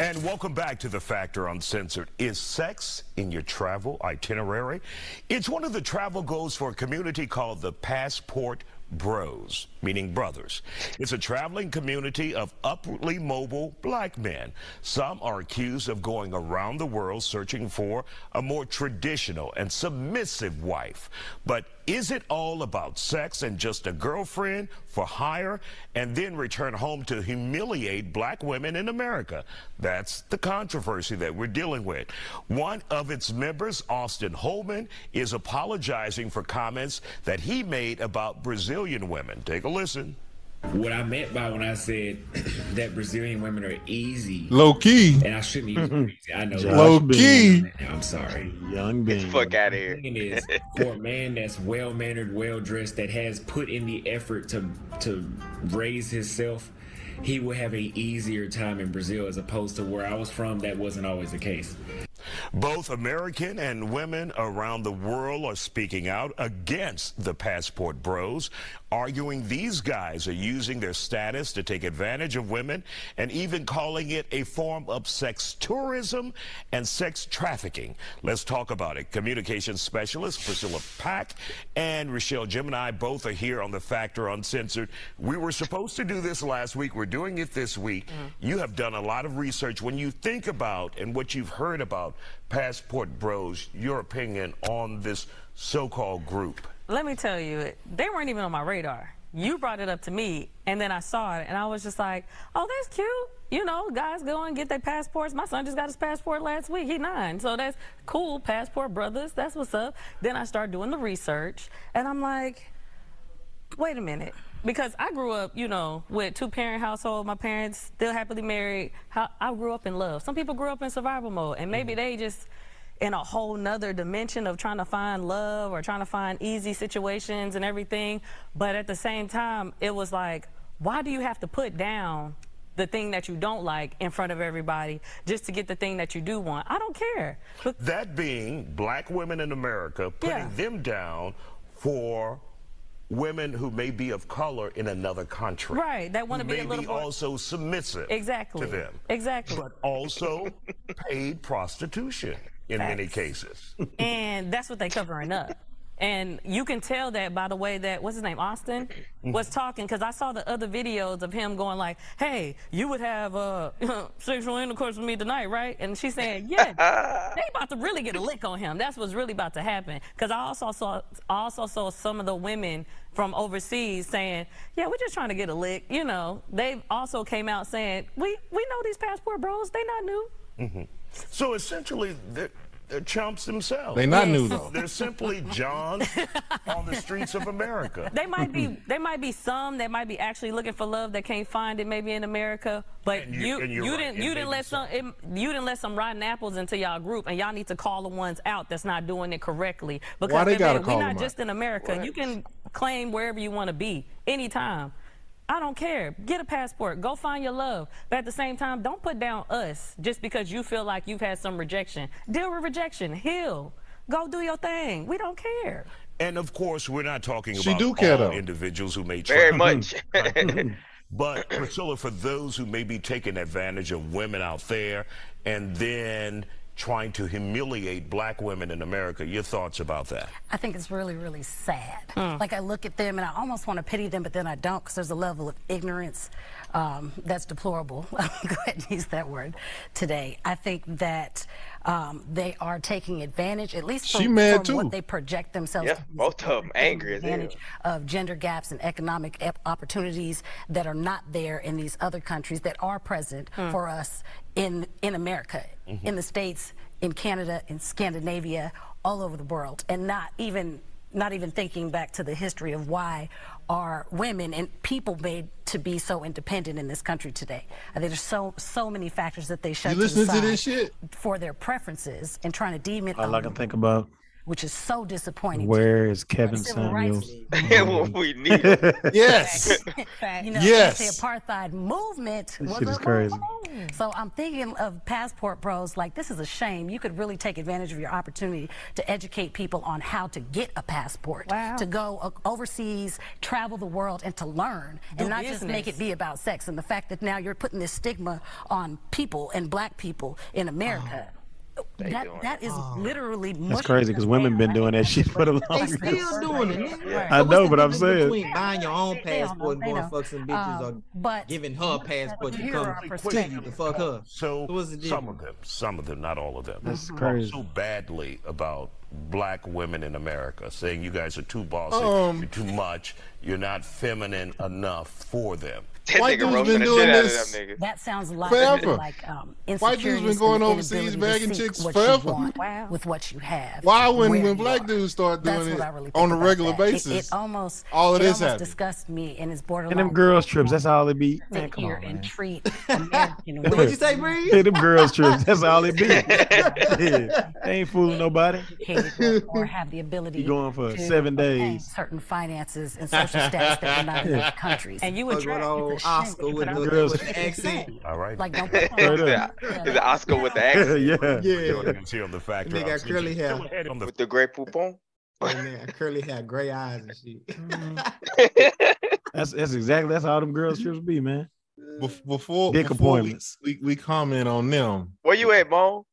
Speaker 11: And welcome back to The Factor Uncensored. Is sex in your travel itinerary? It's one of the travel goals for a community called the Passport Bros, meaning brothers. It's a traveling community of upwardly mobile black men. Some are accused of going around the world searching for a more traditional and submissive wife. But is it all about sex and just a girlfriend for hire and then return home to humiliate black women in America? That's the controversy that we're dealing with. One of its members, Austin Holman, is apologizing for comments that he made about Brazilian women. Take a listen.
Speaker 12: What I meant by when I said [CLEARS THROAT] that Brazilian women are easy,
Speaker 2: Low key.
Speaker 12: and I shouldn't
Speaker 4: [LAUGHS]
Speaker 12: use crazy. I know.
Speaker 2: Josh Low
Speaker 12: Bing.
Speaker 2: key.
Speaker 12: I'm sorry.
Speaker 4: Young
Speaker 3: Get the fuck out of here.
Speaker 12: thing is for a man that's well mannered, well dressed, that has put in the effort to to raise himself, he will have a easier time in Brazil as opposed to where I was from. That wasn't always the case.
Speaker 11: Both American and women around the world are speaking out against the passport bros, arguing these guys are using their status to take advantage of women and even calling it a form of sex tourism and sex trafficking. Let's talk about it. Communications specialist Priscilla Pack and Rochelle Gemini both are here on The Factor Uncensored. We were supposed to do this last week. We're doing it this week.
Speaker 13: Mm-hmm.
Speaker 11: You have done a lot of research. When you think about and what you've heard about Passport Bros, your opinion on this so-called group.
Speaker 13: Let me tell you, they weren't even on my radar. You brought it up to me, and then I saw it, and I was just like, oh, that's cute. You know, guys go and get their passports. My son just got his passport last week. He nine. So that's cool. Passport brothers. That's what's up. Then I start doing the research, and I'm like, wait a minute. Because I grew up, you know, with two parent household. My parents still happily married. How I grew up in love. Some people grew up in survival mode, and maybe they just in a whole nother dimension of trying to find love or trying to find easy situations and everything. But at the same time, it was like, why do you have to put down the thing that you don't like in front of everybody just to get the thing that you do want? I don't care.
Speaker 11: That being black women in America putting
Speaker 13: Yeah.
Speaker 11: them down for women who may be of color in another country.
Speaker 13: Right, that wanna
Speaker 11: who
Speaker 13: be a
Speaker 11: may
Speaker 13: little more-
Speaker 11: also submissive
Speaker 13: Exactly.
Speaker 11: to them.
Speaker 13: Exactly.
Speaker 11: But also paid prostitution in many cases.
Speaker 13: and that's what they covering up. And you can tell that by the way that what's his name Austin was talking because I saw the other videos of him going like, "Hey, you would have uh, [LAUGHS] sexual intercourse with me tonight, right?" And she's saying, "Yeah, they about to really get a lick on him. That's what's really about to happen." Because I also saw I also saw some of the women from overseas saying, "Yeah, we're just trying to get a lick." You know, they also came out saying, "We we know these passport bros. They not new."
Speaker 11: hmm So essentially, they're, they're chumps themselves.
Speaker 2: They not new, though.
Speaker 11: They're simply John on the streets of America.
Speaker 13: They might be they might be some that might be actually looking for love that can't find it maybe in America. But
Speaker 11: And you-
Speaker 13: you you,
Speaker 11: and you're right,
Speaker 13: didn't
Speaker 11: it
Speaker 13: you
Speaker 11: may
Speaker 13: didn't
Speaker 11: be
Speaker 13: let some it, you didn't let some rotten apples into y'all group and y'all need to call the ones out that's not doing it correctly. Because
Speaker 14: they
Speaker 13: baby,
Speaker 14: gotta
Speaker 13: we
Speaker 14: call
Speaker 13: not
Speaker 14: them out?
Speaker 13: just in America. You can claim wherever you want to be anytime. I don't care. Get a passport. Go find your love. But at the same time, don't put down us just because you feel like you've had some rejection. Deal with rejection. Heal. Go do your thing. We don't care.
Speaker 11: And of course, we're not talking
Speaker 2: She
Speaker 11: about
Speaker 2: do care,
Speaker 11: all
Speaker 2: though. Mm-hmm.
Speaker 11: individuals who may
Speaker 2: [LAUGHS]
Speaker 3: Very
Speaker 11: try-
Speaker 3: much.
Speaker 11: but Priscilla, for those who may be taking advantage of women out there and then trying to humiliate black women in America, your thoughts about that?
Speaker 15: I think it's really, really sad.
Speaker 11: Mm.
Speaker 15: Like I look at them and I almost want to pity them, but then I don't because there's a level of ignorance um, that's deplorable. [LAUGHS] Go ahead and use that word today. I think that um, they are taking advantage, at least from,
Speaker 3: She mad
Speaker 15: from
Speaker 3: too.
Speaker 15: what they project themselves
Speaker 3: Yeah,
Speaker 15: to be,
Speaker 3: both of them angry as hell.
Speaker 15: advantage of gender gaps and economic ep- opportunities that are not there in these other countries that are present
Speaker 4: Hmm.
Speaker 16: Mm.
Speaker 15: for us in in America,
Speaker 16: Mhm.
Speaker 4: Mm-hmm.
Speaker 15: in the states, in Canada, in Scandinavia, all over the world, and not even not even thinking back to the history of why are women and people made to be so independent in this country today. I think there's so so many factors that they shut
Speaker 4: listening
Speaker 15: the
Speaker 4: to this
Speaker 15: side for their preferences and trying to deem it.
Speaker 4: All I can think about.
Speaker 15: which is so disappointing. to
Speaker 4: Where is Kevin
Speaker 15: Civil rights
Speaker 4: Samuels? Mm-hmm.
Speaker 3: [LAUGHS] what
Speaker 4: [LAUGHS]
Speaker 3: we need. [LAUGHS]
Speaker 15: [LAUGHS]
Speaker 2: Yes.
Speaker 15: you know,
Speaker 2: Yes.
Speaker 15: the apartheid movement
Speaker 4: This
Speaker 15: was
Speaker 4: shit is
Speaker 15: a
Speaker 4: crazy.
Speaker 15: So I'm thinking of passport pros like this is a shame. You could really take advantage of your opportunity to educate people on how to get a passport, to go o- overseas, travel the world, and to learn,
Speaker 13: Do
Speaker 15: and not just make it
Speaker 13: business.
Speaker 15: be about sex. And the fact that now you're putting this stigma on people and black people in America. That, that is literally
Speaker 4: Oh. That's
Speaker 15: [LAUGHS]
Speaker 4: crazy because women been doing that shit for the longest. [LAUGHS]
Speaker 1: They still doing it. nigga.
Speaker 4: Yeah.
Speaker 1: So
Speaker 4: I
Speaker 1: what's
Speaker 4: know,
Speaker 1: the
Speaker 4: but I'm
Speaker 1: difference
Speaker 4: saying-
Speaker 1: between buying your own passport and
Speaker 15: they
Speaker 1: going to
Speaker 15: know.
Speaker 1: fuck some bitches,
Speaker 15: Um,
Speaker 1: or
Speaker 15: but
Speaker 1: giving her a passport to
Speaker 15: here
Speaker 1: come
Speaker 15: are our
Speaker 1: to you to
Speaker 15: perspectives.
Speaker 1: fuck her.
Speaker 11: So
Speaker 1: what's the
Speaker 11: some
Speaker 1: difference?
Speaker 11: of them, some of them, not all of them,
Speaker 4: That's
Speaker 11: talk
Speaker 4: crazy.
Speaker 11: so badly about black women in America, saying you guys are too bossy,
Speaker 2: Um,
Speaker 11: you're too much, you're not feminine enough for them.
Speaker 3: That
Speaker 2: White nigga dudes roasting been the doing shit out of this- them
Speaker 15: That sounds a lot
Speaker 2: Forever.
Speaker 15: like um,
Speaker 2: White dudes been
Speaker 15: insecurities
Speaker 2: going
Speaker 15: and
Speaker 2: overseas
Speaker 15: inability to
Speaker 2: bagging
Speaker 15: seek
Speaker 2: chicks
Speaker 15: what
Speaker 2: forever.
Speaker 15: You want With what you have.
Speaker 2: Why when
Speaker 15: where
Speaker 2: when
Speaker 15: you
Speaker 2: black dudes start
Speaker 15: That's
Speaker 2: doing it
Speaker 15: what I really
Speaker 2: on
Speaker 15: think
Speaker 2: a
Speaker 15: about
Speaker 2: regular
Speaker 15: that. It-
Speaker 2: basis?
Speaker 15: It, almost
Speaker 2: all of
Speaker 15: it
Speaker 2: this
Speaker 15: almost
Speaker 2: happened.
Speaker 15: disgusts me and it's borderline.
Speaker 4: And them girls trips, that's all it be. Man,
Speaker 15: sit
Speaker 4: come
Speaker 15: here
Speaker 4: on,
Speaker 15: and
Speaker 4: man.
Speaker 15: treat American
Speaker 4: [LAUGHS]
Speaker 15: women.
Speaker 1: What'd you say, Bree?
Speaker 4: Hey, them girls trips, that's all
Speaker 1: [LAUGHS]
Speaker 15: [LAUGHS]
Speaker 4: it be. Yeah. They ain't fooling nobody.
Speaker 15: educated or, or have the ability
Speaker 4: You going for
Speaker 15: to
Speaker 4: seven
Speaker 15: obtain
Speaker 4: days.
Speaker 15: certain finances and social status that
Speaker 2: [LAUGHS]
Speaker 15: are not in other countries.
Speaker 13: And you
Speaker 1: Fuck with
Speaker 13: attract.
Speaker 1: old
Speaker 15: shit
Speaker 1: Oscar
Speaker 15: you
Speaker 1: with
Speaker 15: put out
Speaker 1: the,
Speaker 4: there.
Speaker 1: with the accent.
Speaker 11: All
Speaker 3: [LAUGHS]
Speaker 11: right.
Speaker 15: Like don't put
Speaker 4: Straight
Speaker 15: on-
Speaker 4: up.
Speaker 3: Is it Oscar with the
Speaker 4: yeah.
Speaker 3: accent?
Speaker 11: You
Speaker 1: [LAUGHS] Yeah,
Speaker 11: can see on the factor.
Speaker 1: Nigga
Speaker 11: I'm
Speaker 1: got curly
Speaker 11: thinking,
Speaker 1: hair.
Speaker 11: go ahead on the
Speaker 3: With the great poupon?
Speaker 1: and then curly hair, gray eyes and shit.
Speaker 15: Mm-hmm.
Speaker 4: That's that's exactly that's how them girls trips be, man.
Speaker 2: Bef- before
Speaker 4: Dick
Speaker 2: before we-
Speaker 4: appointments.
Speaker 2: we, we comment on them.
Speaker 3: Where you at, Mo?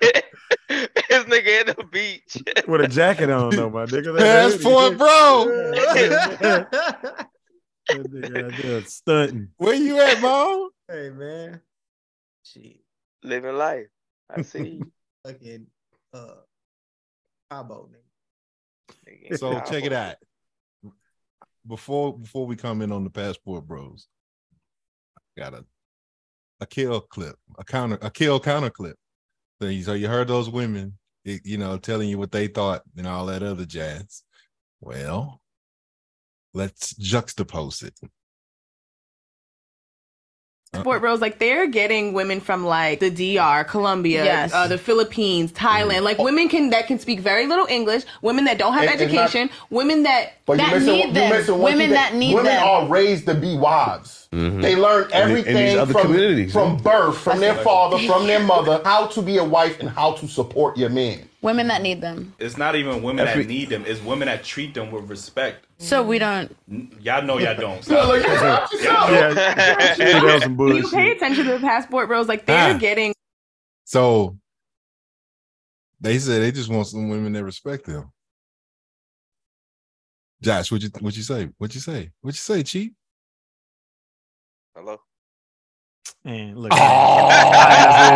Speaker 3: His nigga at the beach.
Speaker 4: With a jacket on though, my nigga. That- that-
Speaker 2: Passport, bro.
Speaker 4: [LAUGHS]
Speaker 1: [LAUGHS]
Speaker 4: that nigga out there Stunting.
Speaker 2: Where you at, Mo?
Speaker 1: hey man, shit,
Speaker 3: Living life.
Speaker 1: [LAUGHS]
Speaker 3: I see.
Speaker 1: fucking uh, Cabo, nigga.
Speaker 3: you.
Speaker 2: So check it out. Before before we comment on the passport bros, I got a a kill clip, a counter, a kill counter clip. So you, so you heard those women, it- you know, telling you what they thought and all that other jazz. Well, let's juxtapose it.
Speaker 14: Sport bros, like they're getting women from like the DR, Colombia,
Speaker 16: Yes.
Speaker 14: uh, the Philippines, Thailand. Like women can that can speak very little English, women that don't have
Speaker 17: And- and not-
Speaker 14: education, women that
Speaker 17: But
Speaker 14: that
Speaker 17: you mentioned,
Speaker 14: need
Speaker 17: you
Speaker 14: them,
Speaker 17: mentioned one
Speaker 14: women
Speaker 17: thing
Speaker 14: that need
Speaker 17: women
Speaker 14: them.
Speaker 17: are raised to be wives.
Speaker 18: Mhm.
Speaker 17: They learn
Speaker 18: In the- in these
Speaker 17: everything
Speaker 18: other
Speaker 17: from,
Speaker 18: communities,
Speaker 17: from
Speaker 18: yeah.
Speaker 17: birth, from their
Speaker 18: That's-
Speaker 17: father, from
Speaker 14: [LAUGHS]
Speaker 17: their mother, how to be a wife and how to support your man.
Speaker 16: Women that need them.
Speaker 19: It's not even women
Speaker 17: Every-
Speaker 19: that need them. It's women that treat them with respect.
Speaker 16: So we don't.
Speaker 19: N- Y'all know y'all don't.
Speaker 17: look, that's what you
Speaker 19: Y'all
Speaker 17: said.
Speaker 19: don't.
Speaker 4: Yeah, shit, that was some
Speaker 14: When you
Speaker 4: bullshit.
Speaker 14: pay attention to the passport bros, like they're
Speaker 2: Ah.
Speaker 14: getting
Speaker 2: So they said they just want some women that respect
Speaker 4: [LAUGHS]
Speaker 2: them. Josh, what you what you say? What you say? What you say,
Speaker 1: [LAUGHS]
Speaker 2: Chief?
Speaker 3: Hello.
Speaker 4: Man,
Speaker 2: [LAUGHS]
Speaker 4: look.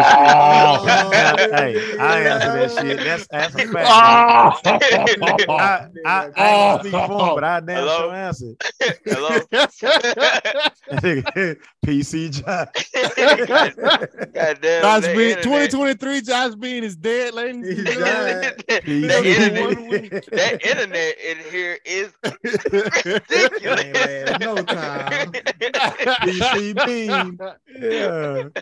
Speaker 4: I ain't answer that shit. hey, I ain't answer that shit. [LAUGHS] That's that's a fact.
Speaker 2: Oh.
Speaker 10: Ah.
Speaker 4: I, I, I ain't speak for him, but I damn
Speaker 3: Hello?
Speaker 4: sure answer. it. [LAUGHS]
Speaker 3: Hello.
Speaker 4: PC
Speaker 3: [LAUGHS]
Speaker 4: Josh.
Speaker 3: [LAUGHS] Goddamn.
Speaker 2: Josh
Speaker 3: that
Speaker 2: Bean,
Speaker 3: internet.
Speaker 2: 2023, Josh Bean is dead, ladies. and gentlemen.
Speaker 3: [LAUGHS] that, internet, that internet in here is ridiculous.
Speaker 1: Hey, man, no [LAUGHS] time.
Speaker 4: PC Bean.
Speaker 3: [LAUGHS]
Speaker 4: Yeah.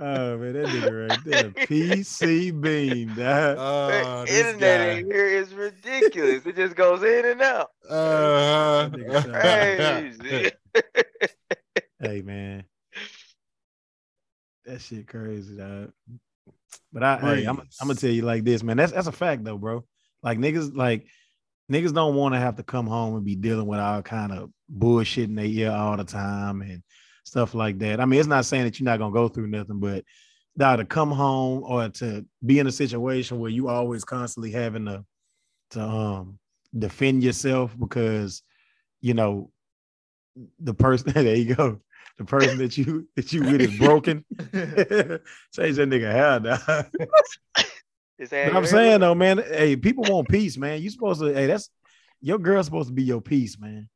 Speaker 4: Oh man, that nigga right there. PC Bean. dawg. Oh,
Speaker 2: Uh, this
Speaker 3: internet in here is ridiculous. It just goes in and out.
Speaker 2: guy. Uh,
Speaker 4: That nigga sound-
Speaker 3: [LAUGHS] Crazy.
Speaker 4: Hey man, that shit crazy, dog. But I, hey, I'm, I'm gonna tell you like this, man. That's that's a fact though, bro. Like niggas, like niggas don't want to have to come home and be dealing with all kind of bullshit in their ear all the time and stuff like that. I mean, it's not saying that you're not gonna go through nothing, but now to come home or to be in a situation where you always constantly having to to um defend yourself because you know the person [LAUGHS] there you go the person that you that you with is broken [LAUGHS] change that nigga hair dog. [LAUGHS]
Speaker 3: Is that
Speaker 4: but i'm saying though man hey people want peace man you supposed to hey that's your girl's supposed to be your peace man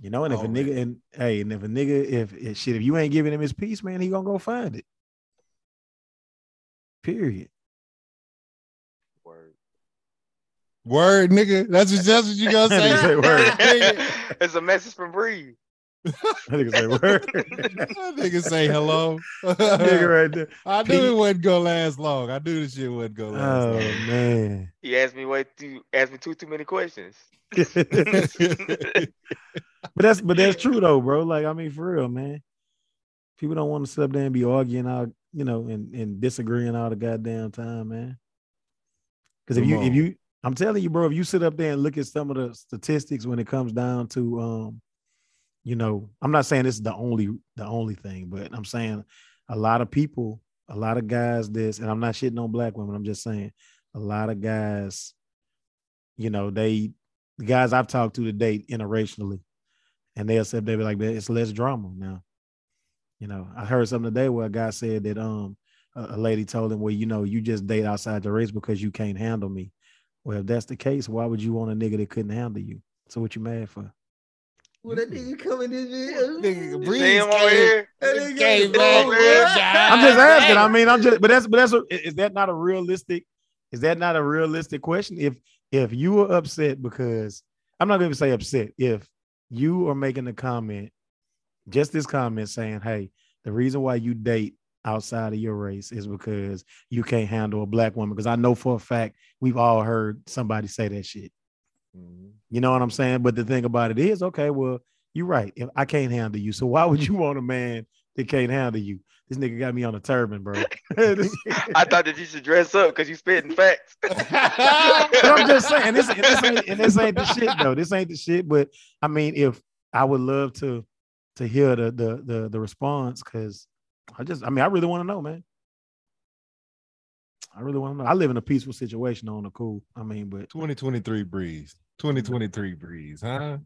Speaker 4: you know and if a nigga and hey and if a nigga if, if shit if you ain't giving him his peace man he gonna go find it period
Speaker 2: Word, nigga. That's what that's what you gonna say.
Speaker 4: Say word.
Speaker 2: Nigga, [LAUGHS]
Speaker 10: [LAUGHS]
Speaker 3: [LAUGHS] it's a message from Bree.
Speaker 4: nigga say word.
Speaker 2: that nigga say hello.
Speaker 4: Nigga right there.
Speaker 2: [LAUGHS] I knew it wasn't gonna last long. I knew this shit wasn't gonna last
Speaker 4: Oh
Speaker 2: long.
Speaker 4: man.
Speaker 6: You asked me way too asked me too too many questions.
Speaker 4: [LAUGHS] but that's but that's true though, bro. Like I mean, for real, man. People don't want to sit up there and be arguing all you know and and disagreeing all the goddamn time, man. Because if
Speaker 2: Come
Speaker 4: you
Speaker 2: on.
Speaker 4: if you I'm telling you, bro, if you sit up there and look at some of the statistics when it comes down to um, you know, I'm not saying this is the only the only thing, but I'm saying a lot of people, a lot of guys this, and I'm not shitting on black women, I'm just saying a lot of guys, you know, they the guys I've talked to today interracially, and they'll say they be like, "Man, it's less drama now. You know, I heard something today where a guy said that um a, a lady told him, well, you know, you just date outside your race because you can't handle me. Well, if that's the case, why would you want a nigga that couldn't handle you? So what you mad for?
Speaker 10: Well, that nigga coming in here. Nigga,
Speaker 2: Breeze
Speaker 6: Damn over here.
Speaker 10: That nigga
Speaker 2: came
Speaker 10: Oh,
Speaker 2: back.
Speaker 10: what?
Speaker 4: I'm just asking. I mean, I'm just, but that's, but that's, a, is that not a realistic, is that not a realistic question? If, if you were upset because, I'm not going to say upset, if you are making a comment, just this comment saying, hey, the reason why you date outside of your race is because you can't handle a black woman. Because I know for a fact we've all heard somebody say that shit. You know what I'm saying? But the thing about it is, okay, well, you're right. If I can't handle you, so why would you want a man that can't handle you? This nigga got me on a turban, bro. [LAUGHS] This-
Speaker 6: I thought that you should dress up because you spitting facts.
Speaker 4: but I'm just saying, and this, and this, ain't, and this ain't the shit though. This ain't the shit. But I mean, if I would love to to hear the the the, the response, because I just, I mean, I really want to know, man. I really want to know. I live in a peaceful situation on the cool. I mean, but
Speaker 2: 2023 breeze. 2023 breeze, huh?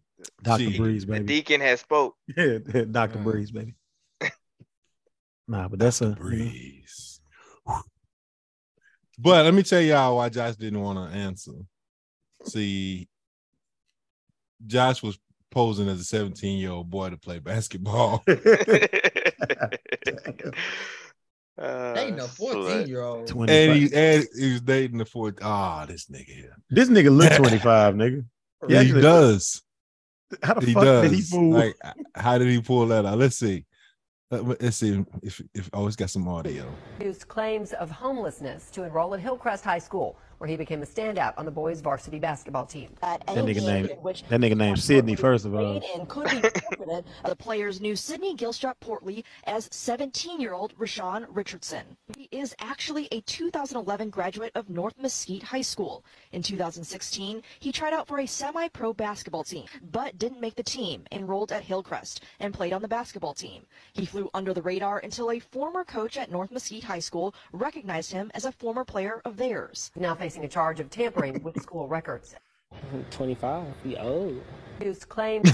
Speaker 4: Dr.
Speaker 2: Shit.
Speaker 4: Breeze,
Speaker 6: The
Speaker 4: baby.
Speaker 6: deacon has spoke.
Speaker 4: [LAUGHS] Yeah, Dr. Breeze, baby. Nah, but that's a
Speaker 2: breeze. But let me tell y'all why Josh didn't want to answer. See, Josh was posing as a 17 year old boy to play
Speaker 4: [LAUGHS]
Speaker 2: basketball.
Speaker 3: Uh,
Speaker 10: Ain't no 14 year old.
Speaker 2: and he, and he was dating the fourth. Ah, this nigga here.
Speaker 4: This nigga [LAUGHS] look 25, nigga.
Speaker 2: Yeah, he
Speaker 4: actually-
Speaker 2: does.
Speaker 4: How the
Speaker 2: he
Speaker 4: fuck
Speaker 2: does.
Speaker 4: did he fool?
Speaker 2: Like, how did he pull that out? Let's see. Let me- Let's see if if oh, it's got some audio.
Speaker 18: used claims of homelessness to enroll at Hillcrest High School, where he became a standout on the boys' varsity basketball team.
Speaker 4: That nigga named that nigga named Sydney. First of all, [LAUGHS]
Speaker 20: and could be interpreted as the players knew Sidney Gilstrap Portley as 17-year-old Rashawn Richardson. He is actually a 2011 graduate of North Mesquite High School. In 2016, he tried out for a semi-pro basketball team, but didn't make the team, enrolled at Hillcrest, and played on the basketball team. He flew under the radar until a former coach at North Mesquite High School recognized him as a former player of theirs.
Speaker 18: Now facing a charge of tampering with school records.
Speaker 1: 25. We old.
Speaker 4: [LAUGHS]
Speaker 10: [LAUGHS]
Speaker 18: Used claims.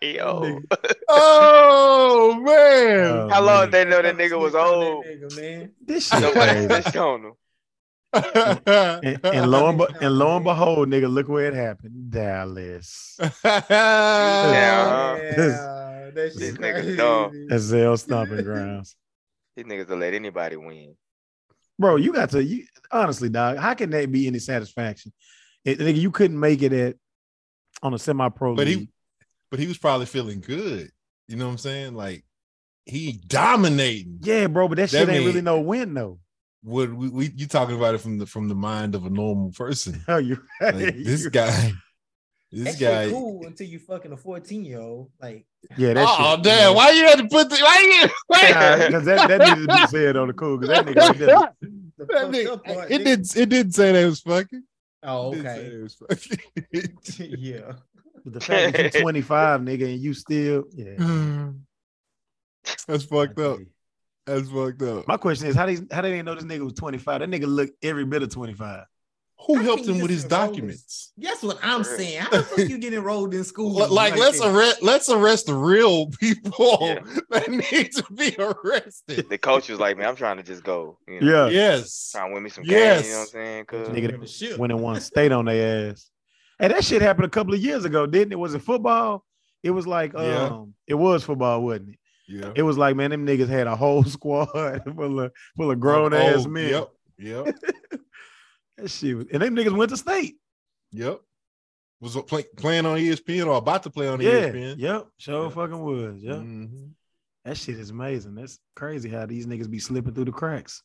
Speaker 6: Yo.
Speaker 2: Oh man.
Speaker 6: How long they know that nigga was old?
Speaker 4: This
Speaker 6: shit
Speaker 4: crazy.
Speaker 6: on him.
Speaker 4: and, and lo and, be, and lo and behold, nigga, look where it happened. Dallas.
Speaker 6: Yeah.
Speaker 2: Uh,
Speaker 4: This-
Speaker 6: This nigga
Speaker 4: [LAUGHS]
Speaker 6: dumb.
Speaker 4: That's Zell stomping grounds,
Speaker 6: These niggas will let
Speaker 2: [LAUGHS]
Speaker 6: anybody win.
Speaker 4: [LAUGHS] bro. You got to you, honestly, dog. How can that be any satisfaction? It, nigga, you couldn't make it at on a semi-pro.
Speaker 2: But he-
Speaker 4: league.
Speaker 2: But he was probably feeling good. You know what I'm saying? Like he dominating.
Speaker 4: yeah, bro. But that,
Speaker 2: That
Speaker 4: shit ain't
Speaker 2: mean-
Speaker 4: really no win though.
Speaker 2: What we, we you talking about it from the from the mind of a normal person?
Speaker 4: [LAUGHS] Oh, you
Speaker 2: Like,
Speaker 4: right.
Speaker 2: this
Speaker 4: [LAUGHS] You're
Speaker 2: guy,
Speaker 4: right.
Speaker 2: this
Speaker 10: that
Speaker 2: guy.
Speaker 10: shit cool until you fucking a 14 year old. Like,
Speaker 4: Yeah, that
Speaker 2: oh
Speaker 4: shit-
Speaker 2: damn! Why you had to put the? [LAUGHS] Why you? Why
Speaker 4: Because that, [LAUGHS] that needed to
Speaker 2: [LAUGHS]
Speaker 4: be said on the cool. Because that nigga, he just-
Speaker 10: the
Speaker 2: That
Speaker 10: fucked
Speaker 2: nigga-
Speaker 1: [LAUGHS]
Speaker 10: up part,
Speaker 2: it
Speaker 10: nigga.
Speaker 2: didn't. It didn't say they was fucking.
Speaker 10: Oh,
Speaker 2: It didn't say
Speaker 10: okay.
Speaker 2: [LAUGHS] they was fucking.
Speaker 10: yeah.
Speaker 4: But the fact that
Speaker 6: [LAUGHS]
Speaker 4: you [LAUGHS] 25, nigga, and you still, yeah.
Speaker 2: That's fucked up. That's fucked up.
Speaker 4: My question is, how they how they didn't know this nigga was 25? That nigga looked every bit of 25.
Speaker 2: Who
Speaker 10: helped him with
Speaker 2: his documents?
Speaker 10: That's what I'm saying. How
Speaker 2: [LAUGHS]
Speaker 10: the fuck you get enrolled
Speaker 4: [LAUGHS]
Speaker 10: in school?
Speaker 2: Like, let's
Speaker 10: that?
Speaker 2: arrest. Let's arrest the real [LAUGHS] people that need to be arrested.
Speaker 6: The coach was like, man, I'm trying to just go.
Speaker 4: Yeah.
Speaker 6: You know?
Speaker 2: Yes.
Speaker 6: Trying to win me some
Speaker 2: Yes.
Speaker 6: games. You know what I'm saying? Cause
Speaker 4: Nigga
Speaker 6: [LAUGHS]
Speaker 4: when it one state on their ass. And that shit happened a couple of years ago, didn't it? Was it football? It was like um,
Speaker 2: Yeah.
Speaker 4: it was football, wasn't it?
Speaker 2: Yeah.
Speaker 4: It was like, man, them niggas had a whole [LAUGHS] squad full of full of grown ass
Speaker 2: Oh,
Speaker 4: men. [LAUGHS]
Speaker 2: Yep. Yep.
Speaker 4: That shit was, and them niggas went to state.
Speaker 2: Yep. was play, playing on E ESPN or about to play on E
Speaker 4: yeah.
Speaker 2: ESPN.
Speaker 4: Yep. Sure fucking was. Yep. That shit is amazing. That's crazy how these niggas be slipping through the cracks.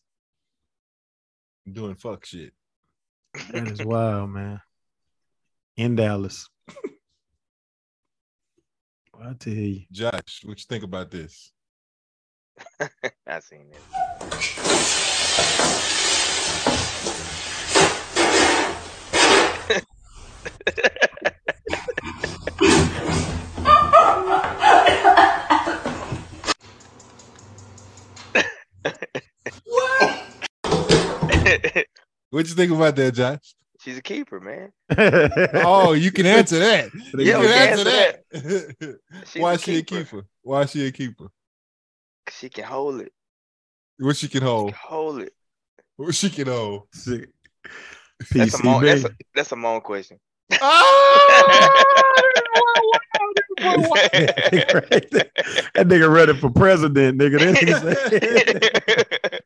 Speaker 2: Doing fuck shit.
Speaker 4: That is wild, man. In Dallas. I
Speaker 2: [LAUGHS]
Speaker 4: tell you. [LAUGHS]
Speaker 2: Josh, what you think about this?
Speaker 3: I seen it.
Speaker 2: What you think about that,
Speaker 4: [LAUGHS]
Speaker 2: Josh?
Speaker 3: She's a
Speaker 2: [LAUGHS]
Speaker 3: keeper, man.
Speaker 2: oh, you can
Speaker 4: [LAUGHS]
Speaker 2: answer that. You
Speaker 3: Yeah,
Speaker 2: can
Speaker 3: we can
Speaker 2: answer
Speaker 3: answer
Speaker 2: that.
Speaker 3: that. She's
Speaker 2: Why
Speaker 3: a
Speaker 2: is she a keeper? Why is she a keeper?
Speaker 3: She can hold it.
Speaker 2: What she can hold?
Speaker 3: Hold it.
Speaker 2: What she can hold? [LAUGHS]
Speaker 3: That's a Mon- that's a that's a Mon question.
Speaker 4: Ah! that nigga running for president, nigga. That nigga say,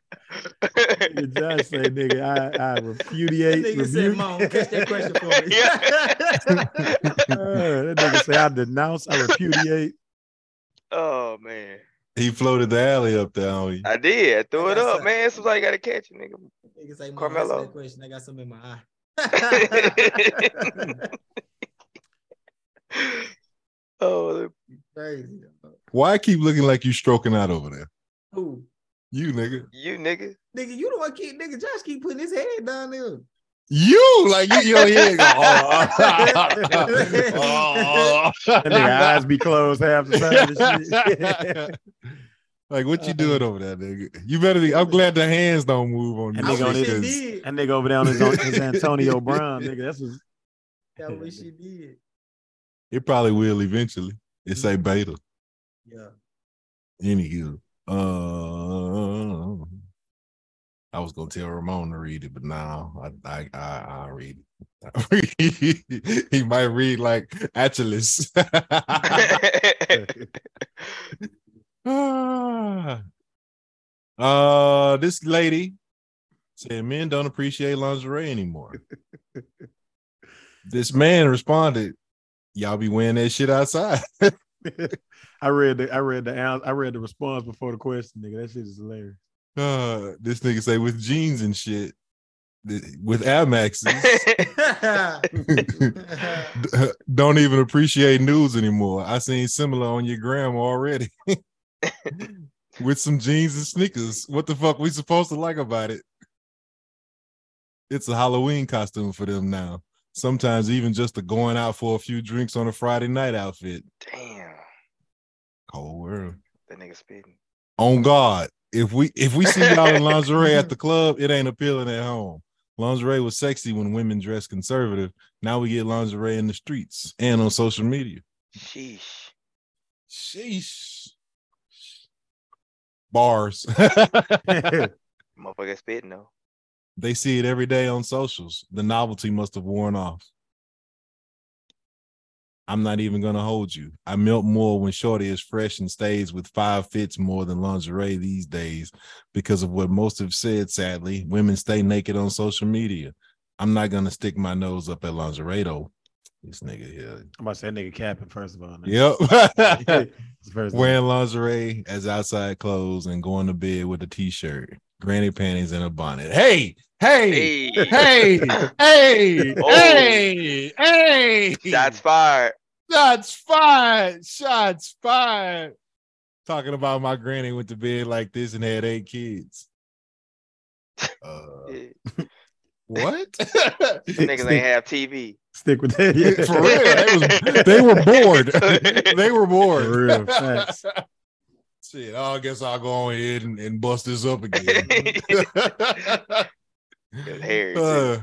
Speaker 4: nigga Josh say, nigga, I, I repudiate.
Speaker 1: That nigga said,
Speaker 4: rebuke.
Speaker 1: "Mom, catch that question for me." [LAUGHS]
Speaker 4: Uh, that nigga say, I denounce, I repudiate.
Speaker 3: Oh man.
Speaker 2: [LAUGHS] He floated the alley up there on you.
Speaker 3: I did. I threw it up, man. Somebody gotta catch it, nigga.
Speaker 1: Niggas like, Mom, answer that
Speaker 3: Carmelo.
Speaker 1: question. I got something in my eye.
Speaker 2: [LAUGHS]
Speaker 6: [LAUGHS]
Speaker 4: [LAUGHS]
Speaker 2: [LAUGHS]
Speaker 3: oh,
Speaker 1: crazy.
Speaker 2: Why keep looking like you stroking out over there?
Speaker 1: Who?
Speaker 2: You nigga.
Speaker 3: You nigga.
Speaker 1: Nigga, you the one keep nigga Josh keep putting his head down
Speaker 6: [LAUGHS]
Speaker 1: there.
Speaker 2: You like you your
Speaker 4: [LAUGHS]
Speaker 2: head go. Oh,
Speaker 4: [LAUGHS] That nigga eyes be closed half
Speaker 2: [LAUGHS]
Speaker 4: the [LAUGHS] time. and shit.
Speaker 2: like
Speaker 4: Uh-uh.
Speaker 2: what you doing over there, nigga? You better. Be, I'm glad the hands don't move on you.
Speaker 4: That nigga, on
Speaker 2: shit,
Speaker 4: his,
Speaker 2: 'cause-
Speaker 4: that nigga over there on [LAUGHS] his, on his Antonio Brown, nigga. That's what
Speaker 1: I wish you did.
Speaker 2: It probably will eventually. It's
Speaker 4: Mm-hmm.
Speaker 2: a beta.
Speaker 1: Yeah.
Speaker 2: Anywho, uh, I was gonna tell Ramon to read it, but now I I I I'll read it. [LAUGHS] he might read like [LAUGHS] Achilles. Ah. uh, this lady said men don't appreciate lingerie anymore. this man responded, "Y'all be wearing that shit outside."
Speaker 4: [LAUGHS] I read the I read the ans- I read the response before the question, nigga. That shit is hilarious.
Speaker 2: Uh, this nigga say with jeans and shit, th- with Amaxes, [LAUGHS] don't even appreciate news anymore. I seen similar on your grandma already. [LAUGHS] with some jeans and sneakers, what the fuck we supposed to like about it? It's a Halloween costume for them now. Sometimes even just a going out for a few drinks on a Friday night outfit.
Speaker 3: Damn,
Speaker 2: Cold world.
Speaker 3: that nigga spitting.
Speaker 2: on God. If we if we see y'all in lingerie at the club, it ain't appealing at home. Lingerie was sexy when women dressed conservative. Now we get lingerie in the streets and on social media.
Speaker 3: Sheesh.
Speaker 6: [LAUGHS]
Speaker 2: Sheesh. Bars. [LAUGHS]
Speaker 3: Motherfucker spitting though.
Speaker 2: they see it every day on socials. The novelty must have worn off. I'm not even gonna hold you. I melt more when Shorty is fresh and stays with five fits more than lingerie these days because of what most have said, sadly. Women stay naked on social media. I'm not gonna stick my nose up at lingerie though. This nigga here.
Speaker 4: I'm about to say that nigga capping first of all. [LAUGHS]
Speaker 2: [LAUGHS] Yep.
Speaker 4: It's very-
Speaker 2: Wearing lingerie as outside clothes and going to bed with a t-shirt, granny panties, and a bonnet. Hey, hey,
Speaker 3: [LAUGHS]
Speaker 2: hey, hey, hey, hey.
Speaker 3: Oh. Shots fired.
Speaker 2: Shots fired. Shots fired. Talking about my granny went to bed like this and had eight kids. Uh, what?
Speaker 3: These niggas
Speaker 2: [LAUGHS]
Speaker 3: ain't have TV.
Speaker 4: Stick with that.
Speaker 2: Yeah, for real. They, [LAUGHS] was, they
Speaker 3: [LAUGHS]
Speaker 2: were bored. they were bored.
Speaker 4: For real, facts.
Speaker 2: Shit, I guess I'll go ahead and, and bust this up again.
Speaker 3: Harry, too.
Speaker 2: Uh,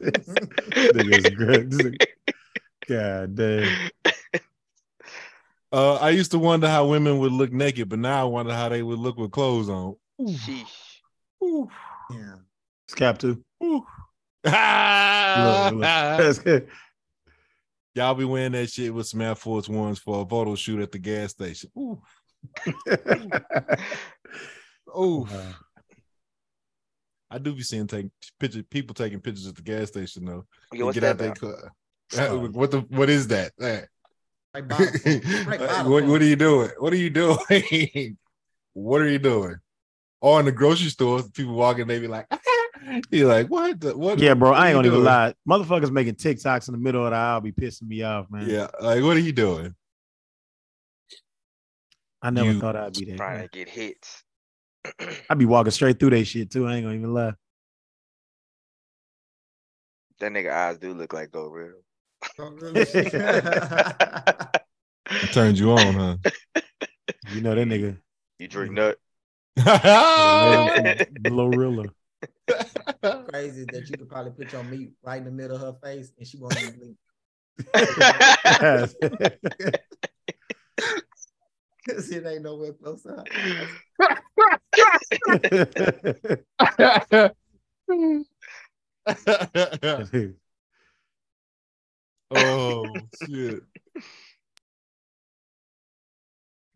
Speaker 4: Nigga's good. God damn.
Speaker 2: uh, I used to wonder how women would look naked, but now I wonder how they would look with clothes on.
Speaker 3: Sheesh.
Speaker 1: Yeah.
Speaker 4: It's cap two.
Speaker 2: Ah!
Speaker 4: Look,
Speaker 10: [LAUGHS]
Speaker 4: look. That's good.
Speaker 2: Y'all be wearing that shit with some Air Force Ones for a photo shoot at the gas station.
Speaker 4: [LAUGHS]
Speaker 2: Ooh. Ooh. I do be seeing take picture people taking pictures at the gas station though.
Speaker 6: Yeah,
Speaker 2: They
Speaker 6: what's
Speaker 2: get out
Speaker 6: that
Speaker 2: their
Speaker 6: about?
Speaker 2: car. Uh, [LAUGHS] What the what is that? That-
Speaker 1: Like
Speaker 2: [LAUGHS] Uh, what, what are you doing? What are you doing? [LAUGHS] what are you doing? Or in the grocery store, people walking, they be like, [LAUGHS] you're like, what? The, what?
Speaker 4: Yeah, bro,
Speaker 2: what are
Speaker 4: I ain't
Speaker 2: you
Speaker 4: gonna even
Speaker 2: doing?
Speaker 4: lie. Motherfuckers making TikToks in the middle of the aisle be pissing me off, man.
Speaker 2: Yeah, like what are you doing?
Speaker 4: I never
Speaker 2: You-
Speaker 4: thought I'd be there.
Speaker 6: Trying to get
Speaker 4: [LAUGHS]
Speaker 1: [LAUGHS]
Speaker 6: hits.
Speaker 4: I'd be walking straight through that shit too. I ain't gonna even lie.
Speaker 6: That nigga eyes do look like Go Real.
Speaker 2: Oh, It turned you on, huh?
Speaker 4: You know
Speaker 2: [LAUGHS]
Speaker 4: that nigga.
Speaker 6: [LAUGHS] You drink nut.
Speaker 4: Glorilla.
Speaker 1: Crazy that you could probably put your meat right in the middle of her face and she won't even blink.
Speaker 16: [LAUGHS]
Speaker 1: [LAUGHS] Cause it ain't nowhere close up.
Speaker 2: oh
Speaker 3: [LAUGHS]
Speaker 2: shit.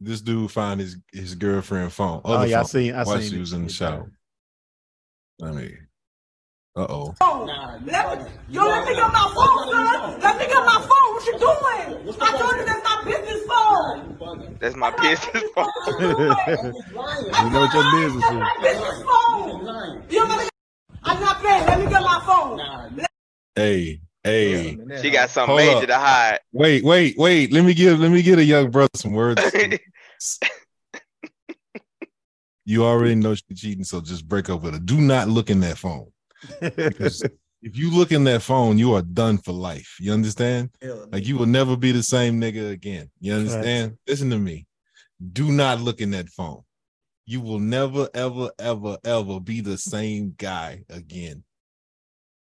Speaker 2: This dude found his his girlfriend phone.
Speaker 4: Oh,
Speaker 2: other
Speaker 4: yeah, I
Speaker 2: phone,
Speaker 4: seen- I
Speaker 2: while
Speaker 4: seen
Speaker 2: she
Speaker 4: it.
Speaker 2: was in the shower. I mean, uh oh.
Speaker 10: Let me, yo, let me get my phone, son. Let me get my phone. What you doing? I told you that's my business phone.
Speaker 6: That's my
Speaker 2: [LAUGHS]
Speaker 6: business.
Speaker 4: you know what your business is.
Speaker 10: Business phone. You know, I'm not paying. Let me get my phone. Let-
Speaker 2: Hey, hey.
Speaker 6: She got something
Speaker 2: Hold
Speaker 6: major
Speaker 2: up.
Speaker 6: to hide.
Speaker 2: Wait, wait, wait. Let me give let me give a young brother some words. you already know she's cheating, so just break up with her. Do not look in that phone. Because if you look in that phone, you are done for life. You understand? Like you will never be the same nigga again. You understand? Listen to me. Do not look in that phone. You will never, ever, ever, ever be the same guy again.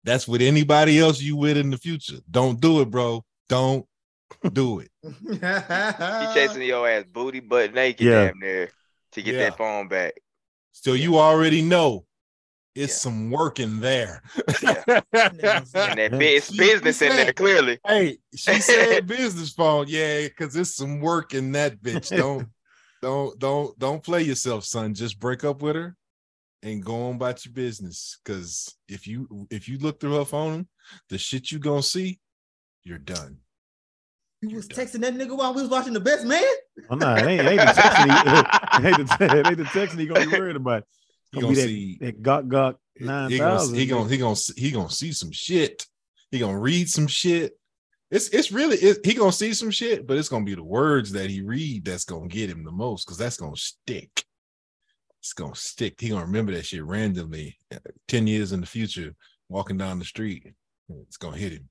Speaker 2: That's with anybody else you with in the future. Don't do it, bro. Don't do it.
Speaker 6: She chasing your ass booty butt naked
Speaker 2: Yeah.
Speaker 6: damn near to get
Speaker 2: Yeah.
Speaker 6: that
Speaker 2: [LAUGHS]
Speaker 6: phone back.
Speaker 2: So you already know it's some work in there.
Speaker 6: And that big it's business in there, clearly.
Speaker 2: Hey, she
Speaker 6: [LAUGHS]
Speaker 2: said
Speaker 4: [LAUGHS]
Speaker 2: business phone. Yeah, because it's some work in that
Speaker 4: [LAUGHS]
Speaker 2: bitch. Don't don't don't don't play yourself, son. Just break up with her and go on about your business. Cause if you if you look through her phone, the shit you gonna see, you're done.
Speaker 1: You was texting that nigga while we was watching the best man.
Speaker 4: Oh, nah, it ain't, it ain't
Speaker 2: [LAUGHS]
Speaker 4: the texting. [LAUGHS] He, it ain't the, te- it ain't the texting he gonna be worried about.
Speaker 2: He
Speaker 4: Gonna
Speaker 2: gonna see-
Speaker 4: be that, that gawk gawk nine
Speaker 2: He gonna,
Speaker 4: thousand.
Speaker 2: he gonna he gonna see- he gonna see some shit. He gonna read some shit. It's it's really it, he gonna see some shit, but it's gonna be the words that he read that's gonna get him the most because that's gonna stick. It's gonna stick. He gonna remember that shit randomly uh, ten years in the future, walking down the street. It's gonna hit him.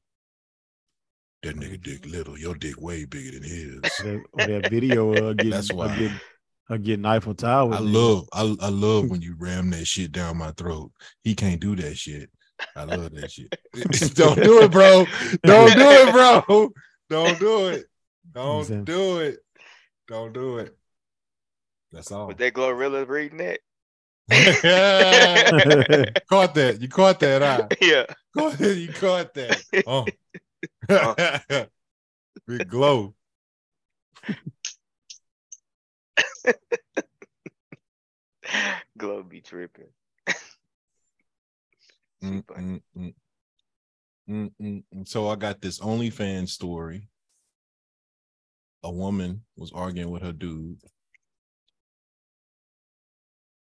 Speaker 2: That nigga dick little, your dick way bigger than his.
Speaker 4: that, or
Speaker 2: [LAUGHS]
Speaker 4: that video of her getting,
Speaker 2: That's
Speaker 4: her
Speaker 2: why.
Speaker 4: getting, her getting Eiffel Tower.
Speaker 2: I love I, I love when you ram that shit down my throat. He can't do that shit. I love that shit. [LAUGHS] [LAUGHS] Don't do it, bro. Don't do it,
Speaker 10: [LAUGHS]
Speaker 2: bro. Don't do it. Don't
Speaker 4: Exactly.
Speaker 2: do it. Don't do it. That's all.
Speaker 6: Was that Glorilla reading that? [LAUGHS]
Speaker 2: [LAUGHS] caught that. You caught that, huh?
Speaker 6: Yeah.
Speaker 2: Caught that. You caught that. Oh. [LAUGHS] Big glow.
Speaker 6: Glow be tripping.
Speaker 2: Mm, mm, mm. Mm, mm, mm. So I got this OnlyFans story. A woman was arguing with her dude.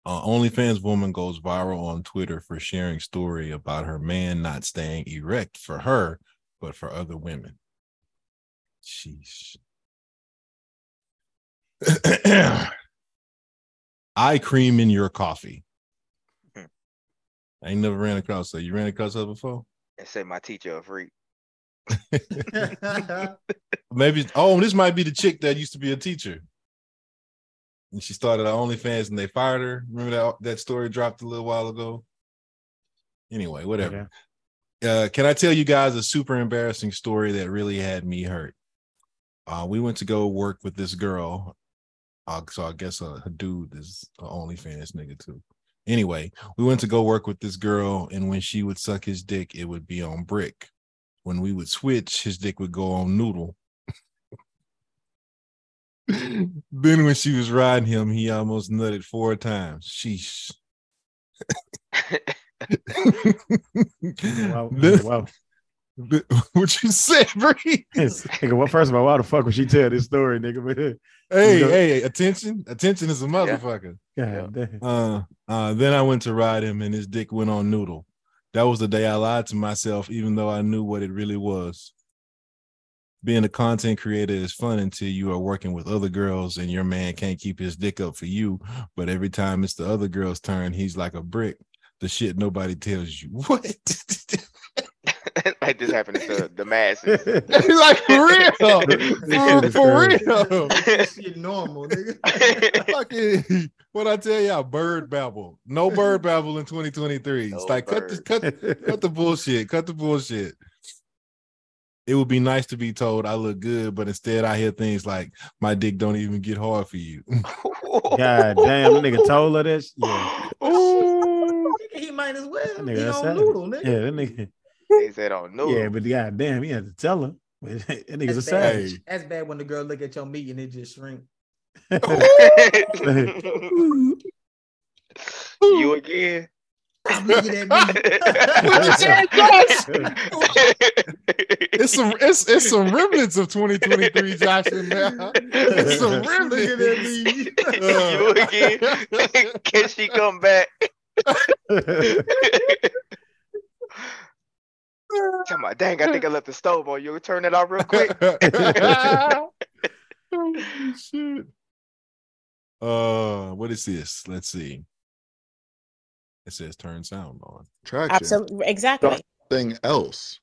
Speaker 2: Uh, OnlyFans woman goes viral on Twitter for sharing story about her man not staying erect for her, but for other women. Sheesh. [CLEARS THROAT] Eye cream in your coffee. I ain't never ran across that. You ran across that before?
Speaker 6: And say my teacher
Speaker 2: [LAUGHS]
Speaker 6: a freak. [LAUGHS]
Speaker 2: Maybe. Oh, this might be the chick that used to be a teacher, and she started her OnlyFans, and they fired her. Remember that that story dropped a little while ago. Anyway, whatever. Uh, can I tell you guys a super embarrassing story that really had me hurt? Uh, we went to go work with this girl. Uh, so I guess a, a dude is an OnlyFans nigga too. Anyway, we went to go work with this girl, and when she would suck his dick, it would be on brick. When we would switch, his dick would go on noodle. [LAUGHS] then when she was riding him, he almost nutted four times. Sheesh.
Speaker 4: Wow.
Speaker 2: [LAUGHS] This-
Speaker 4: wow.
Speaker 2: [LAUGHS] what you said, Bree?
Speaker 4: nigga, well, first of all, why the fuck would she tell this story, nigga? [LAUGHS] But
Speaker 2: Hey,
Speaker 4: you know-
Speaker 2: hey, attention. Attention is a motherfucker.
Speaker 4: God
Speaker 10: [LAUGHS]
Speaker 4: damn.
Speaker 2: Uh, uh, then I went to ride him and his dick went on noodle. That was the day I lied to myself, even though I knew what it really was. Being a content creator is fun until you are working with other girls and your man can't keep his dick up for you. But every time it's the other girl's turn, he's like a brick. The shit nobody tells you. [LAUGHS] What?
Speaker 6: like this happened to the masses.
Speaker 2: [LAUGHS] like for real.
Speaker 6: shit
Speaker 2: For,
Speaker 6: is
Speaker 2: for
Speaker 6: crazy.
Speaker 2: real.
Speaker 10: shit
Speaker 2: [LAUGHS]
Speaker 10: normal, nigga.
Speaker 2: Fucking what I tell y'all, bird babble. No bird babble in 2023. it's like cut the cut cut the bullshit. Cut the bullshit. It would be nice to be told I look good, but instead I hear things like my dick don't even get hard for you. [LAUGHS]
Speaker 4: God damn, that nigga told her that. sh- Yeah,
Speaker 10: Nigga, he might as well.
Speaker 4: that
Speaker 10: be
Speaker 4: nigga, that's
Speaker 10: on
Speaker 4: that.
Speaker 10: noodle, nigga.
Speaker 4: Yeah, that nigga.
Speaker 6: They said "Oh, on noodle.
Speaker 4: Yeah, but god damn, he had to tell her. [LAUGHS] that nigga's a
Speaker 10: That's bad.
Speaker 4: savage.
Speaker 10: That's bad when the girl look at your meat and it just shrink.
Speaker 6: [LAUGHS] you again.
Speaker 10: I'm looking at me.
Speaker 6: [LAUGHS]
Speaker 2: it's some it's it's some remnants of 2023, Josh. In there. It's some remnants.
Speaker 6: [LAUGHS] you again. Can she come back? Tell my dang, I think I left the stove on. You turn it
Speaker 4: [LAUGHS]
Speaker 6: off
Speaker 1: [LAUGHS]
Speaker 6: real quick.
Speaker 2: shit. Uh, what is this? Let's see. It says turn sound on.
Speaker 21: Attraction. Absolutely. Exactly.
Speaker 2: Something else.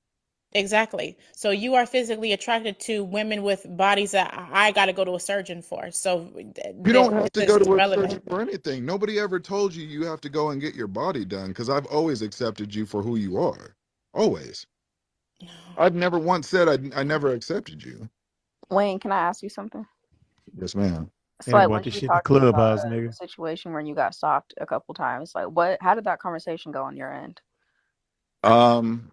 Speaker 21: Exactly. So you are physically attracted to women with bodies that I got to go to a surgeon for. So
Speaker 22: You don't have to go to a surgeon for anything. Nobody ever told you you have to go and get your body done because I've always accepted you for who you are. Always. I've never once said I, I never accepted you.
Speaker 23: Wayne, can I ask you something?
Speaker 22: Yes, ma'am.
Speaker 23: It's
Speaker 22: Yeah, what
Speaker 23: when
Speaker 22: the
Speaker 23: you
Speaker 22: shit the
Speaker 23: talked
Speaker 22: clubhouse,
Speaker 23: about, uh,
Speaker 22: nigga.
Speaker 23: the Situation where you got stopped a couple times. Like, what? How did that conversation go on your end?
Speaker 22: Um,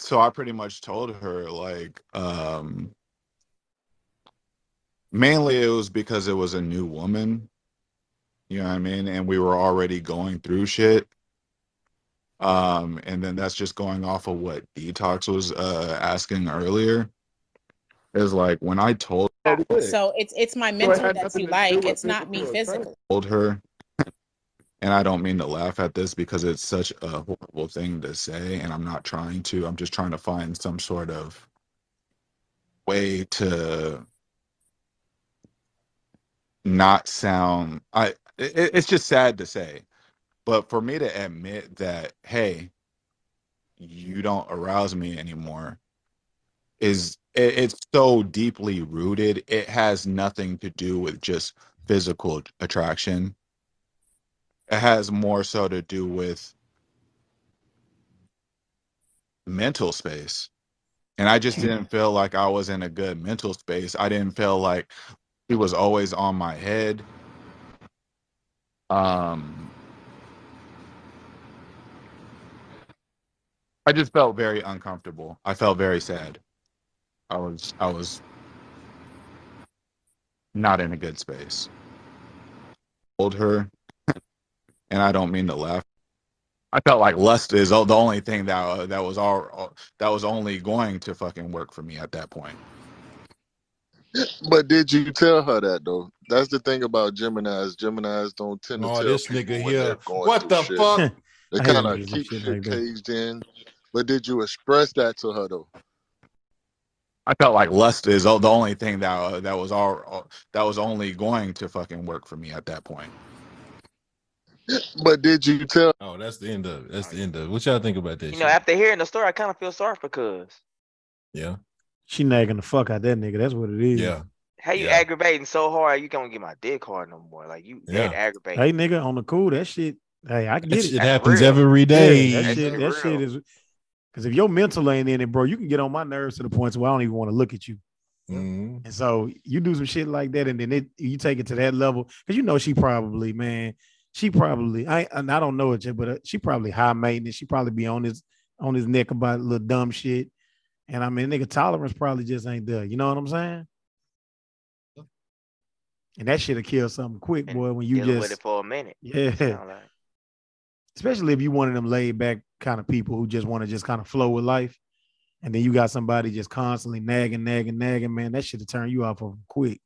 Speaker 22: so I pretty much told her like, um, mainly it was because it was a new woman, you know what I mean? And we were already going through shit. Um, and then that's just going off of what Detox was uh asking earlier. Is like when I told
Speaker 21: So it's it's my
Speaker 22: had
Speaker 21: mental that
Speaker 22: nothing
Speaker 21: you
Speaker 22: to
Speaker 21: like.
Speaker 22: do with
Speaker 21: It's not me
Speaker 22: physical
Speaker 21: physically.
Speaker 22: told her, and I don't mean to laugh at this because it's such a horrible thing to say, and I'm not trying to. I'm just trying to find some sort of way to not sound. I. It, it- it's just sad to say, but for me to admit that, hey, you don't arouse me anymore, is it, it's so deeply rooted. It has nothing to do with just physical attraction. It has more so to do with mental space. And I just didn't feel like I was in a good mental space. I didn't feel like he was always on my head. Um, I just felt very uncomfortable. I felt very sad. I was I was not in a good space. Told her, [LAUGHS] and I don't mean to laugh. I felt like lust is the only thing that uh, that was all that was only going to fucking work for me at that point.
Speaker 24: But did you tell her that though? That's the thing about Gemini's. Gemini's don't tend to
Speaker 2: Oh,
Speaker 24: tell
Speaker 2: this
Speaker 24: people
Speaker 2: nigga
Speaker 24: when
Speaker 2: here.
Speaker 24: they're going
Speaker 2: What
Speaker 24: through
Speaker 2: the
Speaker 24: shit.
Speaker 2: fuck? [LAUGHS]
Speaker 24: They
Speaker 2: I hate
Speaker 24: kind
Speaker 2: when
Speaker 24: of
Speaker 2: niggas do
Speaker 24: keep
Speaker 2: shit
Speaker 24: shit
Speaker 2: like that.
Speaker 24: caged in. But did you express that to her though?
Speaker 22: I felt like lust is the only thing that that was all that was only going to fucking work for me at that point.
Speaker 2: But did you tell? Oh, that's the end of it. That's the end of it. What y'all think about that?
Speaker 6: You
Speaker 2: shit?
Speaker 6: know, after hearing the story, I kind of feel sorry for Cuz.
Speaker 2: yeah.
Speaker 4: She nagging the fuck out that nigga. That's what it is.
Speaker 2: Yeah.
Speaker 6: How you aggravating so hard? You gonna get my dick hard no more? Like you
Speaker 4: Yeah.
Speaker 6: that aggravating.
Speaker 4: Hey, nigga, on the cool, that shit. Hey, I get
Speaker 2: That
Speaker 4: it.
Speaker 2: shit That's happens real. every
Speaker 4: Yeah,
Speaker 2: day.
Speaker 4: that
Speaker 2: That's
Speaker 4: shit, that shit is because if your mental ain't in it, bro, you can get on my nerves to the point where I don't even want to look at you. And so you do some shit like that, and then it, you take it to that level because you know she probably, man, she probably, I and I don't know it yet, but uh, she probably high maintenance. She probably be on his on his neck about little dumb shit, and I mean, nigga, tolerance probably just ain't there. You know what I'm saying? And that shit'll kill something quick, boy. When you
Speaker 6: [LAUGHS] Dealing
Speaker 4: just
Speaker 6: with it for a minute.
Speaker 4: Yeah.
Speaker 6: Sound like-
Speaker 4: especially if you one of them laid back kind of people who just want to just kind of flow with life, and then you got somebody just constantly nagging, nagging, nagging, man, that should have turned you off of 'em quick.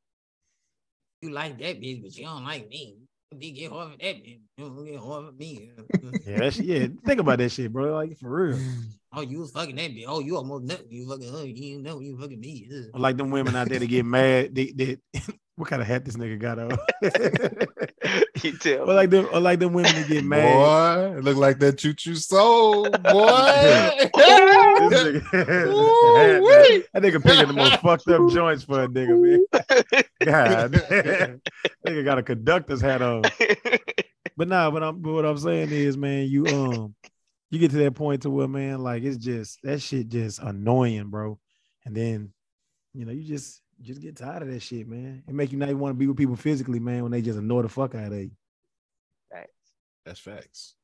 Speaker 1: You like that bitch, but you don't like me. You get hard for that bitch. You don't get hard for me.
Speaker 4: Yeah, that shit, yeah. Think about that shit, bro. Like for real.
Speaker 1: Oh, you was fucking that bitch. Oh, you almost nothing. You fucking her. You didn't know you fucking me. Ugh.
Speaker 4: Or [LAUGHS] like them women out there that get mad. They, they [LAUGHS] what kind of hat this nigga got on?
Speaker 3: you tell.
Speaker 4: Or like them, or like them women that
Speaker 16: [LAUGHS]
Speaker 4: get mad.
Speaker 16: Boy, it look like that choo choo soul, boy.
Speaker 4: [LAUGHS] This nigga- [LAUGHS] that nigga picking the
Speaker 16: [LAUGHS]
Speaker 4: most fucked up joints for a nigga, man. [LAUGHS] God, damn. nigga got a conductor's hat on. But nah, but I'm but what I'm saying is, man, you um, you get to that point to where, man, like it's just that shit just annoying, bro. And then, you know, you just just get tired of that shit, man. It make you not even want to be with people physically, man, when they just annoy the fuck out of you.
Speaker 16: That's
Speaker 10: [LAUGHS]
Speaker 16: facts.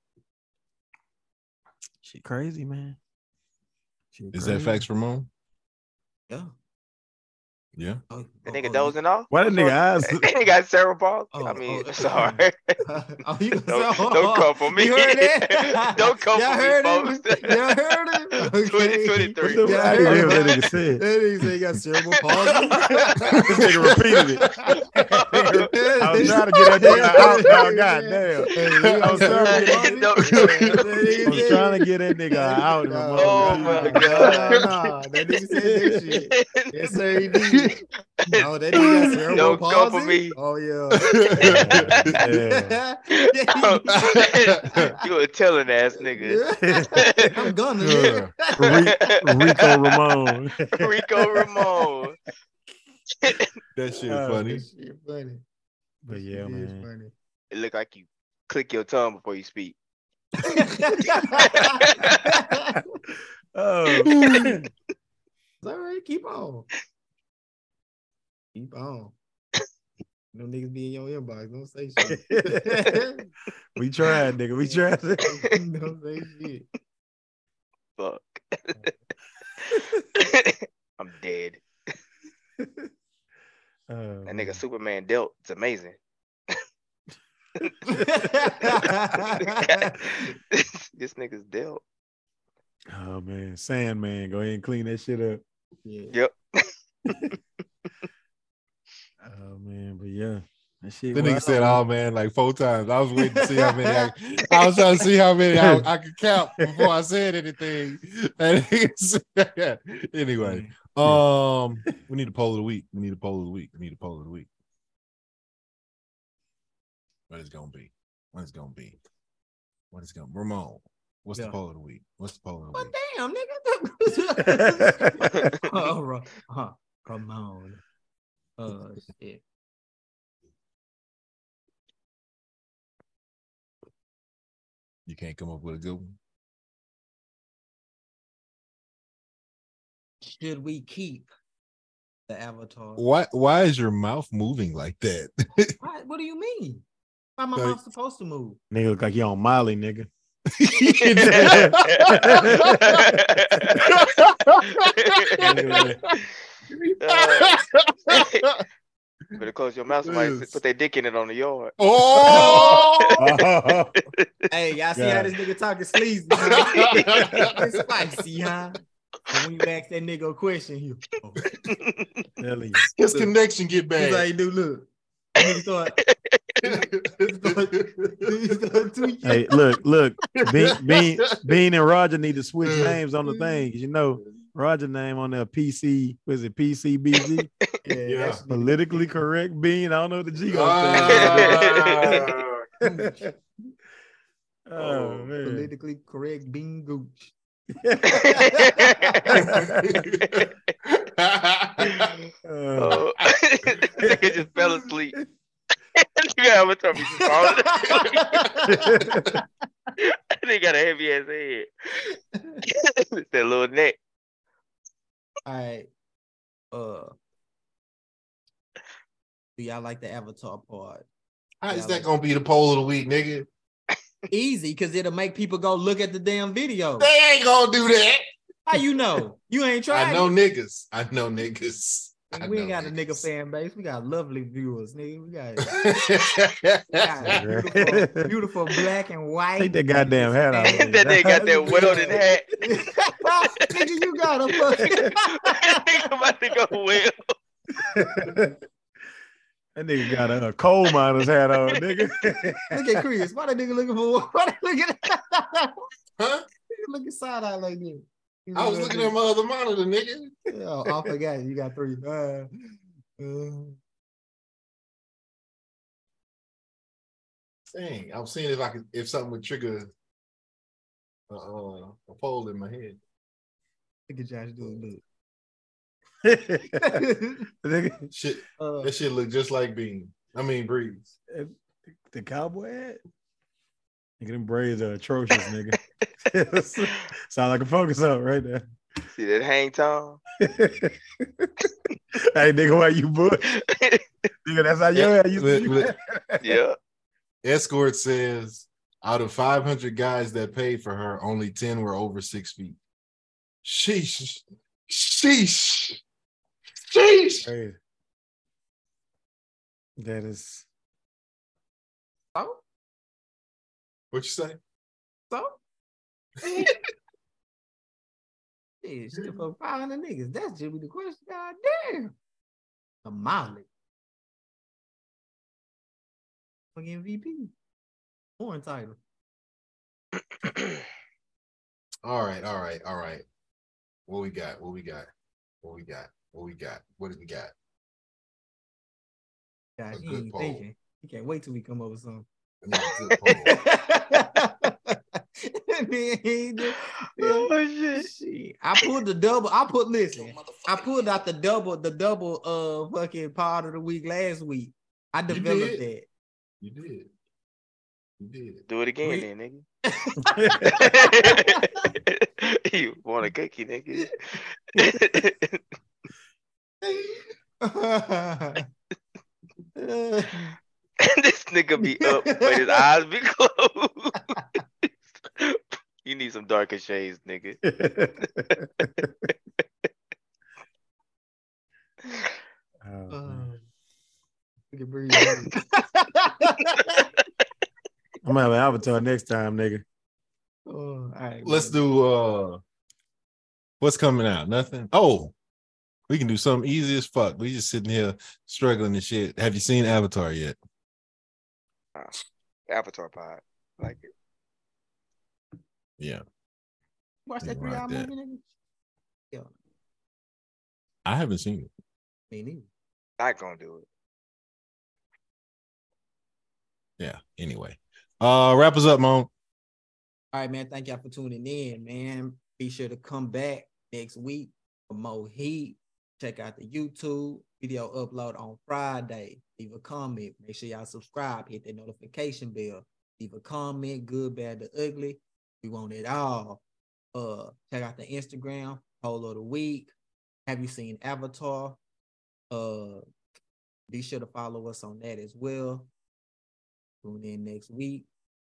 Speaker 4: Shit, crazy, man. Shit
Speaker 16: Is that
Speaker 4: crazy.
Speaker 16: facts, Ramon?
Speaker 1: Yeah. Oh,
Speaker 16: Yeah.
Speaker 3: That nigga dozing off.
Speaker 4: Why that nigga
Speaker 6: [LAUGHS]
Speaker 4: eyes?
Speaker 3: That nigga got cerebral palsy. I
Speaker 1: oh,
Speaker 3: mean, sorry. [LAUGHS] don't,
Speaker 6: [LAUGHS]
Speaker 3: don't come for me.
Speaker 1: [LAUGHS] You heard
Speaker 3: [LAUGHS]
Speaker 1: that?
Speaker 3: don't come
Speaker 1: Y'all
Speaker 3: for
Speaker 1: heard
Speaker 3: me,
Speaker 1: it?
Speaker 3: folks.
Speaker 1: Y'all
Speaker 3: [LAUGHS]
Speaker 1: heard it? Okay.
Speaker 3: 2023.
Speaker 4: What the fuck? I didn't hear what that nigga said.
Speaker 1: [LAUGHS] That nigga said he got
Speaker 4: [LAUGHS]
Speaker 1: cerebral palsy.
Speaker 4: This nigga repeated
Speaker 1: [LAUGHS]
Speaker 4: it. I was trying to get that nigga
Speaker 1: Oh,
Speaker 4: out. Now, goddamn. I was trying to get that I was trying to get that nigga out. and I'm like,
Speaker 3: Oh my
Speaker 1: Nah,
Speaker 3: god.
Speaker 1: nah, that nigga said that shit. Yes, sir, he did. No, that nigga got cerebral
Speaker 3: Don't come
Speaker 1: palsy.
Speaker 3: for me.
Speaker 1: Oh
Speaker 4: [LAUGHS] Yeah.
Speaker 1: yeah.
Speaker 3: you a telling ass nigga.
Speaker 1: [LAUGHS] I'm gonna.
Speaker 4: Yeah. Re- Rico Ramon.
Speaker 3: Rico Ramon.
Speaker 16: That shit
Speaker 4: Oh,
Speaker 16: funny.
Speaker 1: Shit
Speaker 4: [LAUGHS]
Speaker 1: funny. [LAUGHS]
Speaker 4: But yeah,
Speaker 1: It is
Speaker 4: man.
Speaker 1: funny.
Speaker 3: It look like you click your tongue before you speak.
Speaker 4: Oh,
Speaker 1: It's all right, keep on. Keep on. [LAUGHS] No niggas be in your inbox. Don't [LAUGHS] say shit.
Speaker 4: [LAUGHS] we tried, nigga. We tried.
Speaker 1: Don't say shit.
Speaker 3: Fuck.
Speaker 1: [LAUGHS]
Speaker 3: I'm dead.
Speaker 4: Oh,
Speaker 3: That
Speaker 1: Um,
Speaker 3: nigga Superman dealt.
Speaker 1: [LAUGHS]
Speaker 3: It's amazing. this nigga's dealt.
Speaker 4: oh man, Sandman, go ahead and clean that shit up.
Speaker 1: Yeah.
Speaker 3: Yep.
Speaker 4: Oh man, but yeah, that shit.
Speaker 16: The nigga
Speaker 4: wild,
Speaker 16: said,
Speaker 4: man.
Speaker 16: "Oh man, like four times." I was waiting to see how many. I, I was trying to see how many I, I could
Speaker 3: [LAUGHS]
Speaker 16: count before I said anything. And he said-
Speaker 4: [LAUGHS]
Speaker 16: anyway, um, we need a poll of the week. We need a poll of the week. We need a poll of the week. What it's gonna be? What it's gonna be? What it's gonna? Ramon, what's
Speaker 1: Yeah.
Speaker 16: the poll of the week? What's the poll of the
Speaker 1: Well,
Speaker 16: week?
Speaker 1: damn,
Speaker 3: [LAUGHS]
Speaker 1: nigga.
Speaker 4: [LAUGHS]
Speaker 1: oh, Ra- huh, Ramon. Oh shit.
Speaker 16: You can't come up with a good one.
Speaker 1: Should we keep [LAUGHS] the avatar?
Speaker 16: Why? Why is your mouth moving like that? [LAUGHS]
Speaker 1: Why- what do you mean? Why my
Speaker 16: Like-
Speaker 1: mouth supposed to move?
Speaker 4: Nigga look like you on Molly, nigga.
Speaker 3: Uh, Better close your mouth. Somebody
Speaker 16: Yes.
Speaker 3: put their dick in it on the yard.
Speaker 16: oh.
Speaker 3: [LAUGHS]
Speaker 1: [LAUGHS] Hey, y'all see how
Speaker 4: Yeah.
Speaker 1: this nigga talking sleazy? [LAUGHS] huh? it's spicy, huh? And when you ask that nigga a question, he, oh.
Speaker 4: Hell yeah.
Speaker 16: His connection get
Speaker 1: he's
Speaker 16: bad.
Speaker 1: like, dude, look. And he start, he start, he start tweaking.
Speaker 4: Hey, look, look, Bean, Bean, Bean and Roger need to switch
Speaker 1: Mm.
Speaker 4: names on the thing. 'cause You know, Roger name on there PC, was it
Speaker 1: [LAUGHS]
Speaker 4: PCBG?
Speaker 1: Yeah,
Speaker 16: Yeah.
Speaker 1: that's-
Speaker 4: Politically correct Bean. I don't know what the G gonna say.
Speaker 16: Ah.
Speaker 4: Oh man.
Speaker 1: politically correct bean gooch.
Speaker 4: Uh,
Speaker 6: [LAUGHS]
Speaker 3: Oh. Nigga just fell asleep. Nigga have a tummy falling.
Speaker 4: [LAUGHS]
Speaker 3: [LAUGHS] Nigga got a heavy ass head. [LAUGHS] it's that little neck.
Speaker 1: All right. Uh do y'all like the avatar part?
Speaker 16: How is that gonna be the poll of the week, nigga?
Speaker 1: Easy, because it'll make people go look at the damn video.
Speaker 16: They ain't gonna do that.
Speaker 1: How you know? You ain't
Speaker 16: [LAUGHS] I
Speaker 1: trying.
Speaker 16: know niggas. I know niggas.
Speaker 1: Nigga, we ain't got a nigga fan base. We got lovely viewers, nigga. We got,
Speaker 16: [LAUGHS]
Speaker 1: we got beautiful, beautiful black and white.
Speaker 4: Take that goddamn
Speaker 1: [LAUGHS]
Speaker 4: hat off.
Speaker 3: that nigga got that welded hat.
Speaker 1: nigga, you got a
Speaker 3: [LAUGHS]
Speaker 1: fucking.
Speaker 3: nigga about to go weld.
Speaker 4: [LAUGHS] That nigga got a, a coal miner's hat on, nigga.
Speaker 1: Look at
Speaker 4: [LAUGHS]
Speaker 1: Chris. Why that nigga looking for? [LAUGHS] Why that look at? [LAUGHS] huh? Looking side eye like this.
Speaker 2: I was looking at my other monitor, nigga.
Speaker 1: Oh, I forgot you got three. Uh, uh,
Speaker 2: Dang, I'm seeing if I could if something would trigger a, uh, a poll in my head.
Speaker 1: look at Josh doing this.
Speaker 2: Nigga, shit,
Speaker 4: Uh,
Speaker 2: that shit look just like Bean. I mean Breeze.
Speaker 4: The cowboy hat. Nigga, them braids are atrocious, nigga. [LAUGHS] Sound like a focus up right there.
Speaker 3: See that hang time?
Speaker 4: Hey, nigga, why you book? nigga, that's how your hair used to
Speaker 2: Eh, Look,
Speaker 4: be.
Speaker 2: look.
Speaker 4: [LAUGHS]
Speaker 3: yeah.
Speaker 2: Escort says out of 500 guys that paid for her, only 10 were over six feet. Sheesh. Sheesh. Sheesh.
Speaker 4: Crazy. That is
Speaker 2: What you say?
Speaker 1: So? [LAUGHS] Yeah, shit for 500 niggas. That's Jimmy the question. God damn. The Molly. Fucking MVP. Foreign title.
Speaker 2: [CLEARS THROAT] All right, all right, all right. What we got? What we got? What we got? What we got? What do we [LAUGHS] got?
Speaker 1: Gosh, he
Speaker 2: good
Speaker 1: ain't
Speaker 2: poll.
Speaker 1: thinking. He can't wait till we come up with something. [LAUGHS] oh, shit. I pulled the double. I put listen. I pulled out the double, the double uh fucking part of the week last week. I developed that.
Speaker 2: You did. You did.
Speaker 3: Do it again,
Speaker 1: We- [LAUGHS]
Speaker 3: then, nigga. you want a cookie, nigga? [LAUGHS]
Speaker 1: Uh,
Speaker 3: this nigga be up, but his eyes be closed. [LAUGHS] you need some darker shades, nigga.
Speaker 1: Uh, we can breathe. [LAUGHS] Uh,
Speaker 4: I'm gonna have an avatar next time, nigga.
Speaker 1: Oh, all right,
Speaker 2: Let's do uh what's coming out? Nothing. Oh, we can do something easy as fuck. We just sitting here struggling and shit. Have you seen Avatar yet?
Speaker 3: Uh, Avatar pod, like it.
Speaker 2: Yeah.
Speaker 1: Watch
Speaker 2: that three-hour
Speaker 1: movie,
Speaker 2: nigga. I haven't seen it.
Speaker 1: Me neither.
Speaker 3: Not gonna do it.
Speaker 2: Yeah. Anyway. Uh wrap us up, Mom.
Speaker 1: All right, man. Thank y'all for tuning in, man. Be sure to come back next week for more heat. Check out the YouTube video upload on Friday. Leave a comment. Make sure y'all subscribe. Hit that notification bell. Leave a comment, good, bad, the ugly. We want it all. Uh, check out the Instagram poll of the week. Have you seen Avatar? Uh, be sure to follow us on that as well. Tune in next week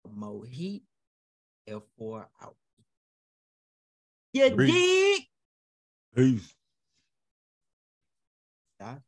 Speaker 1: for more heat. L4 out. You
Speaker 4: Peace.
Speaker 1: dig?
Speaker 4: Peace.
Speaker 1: Doc?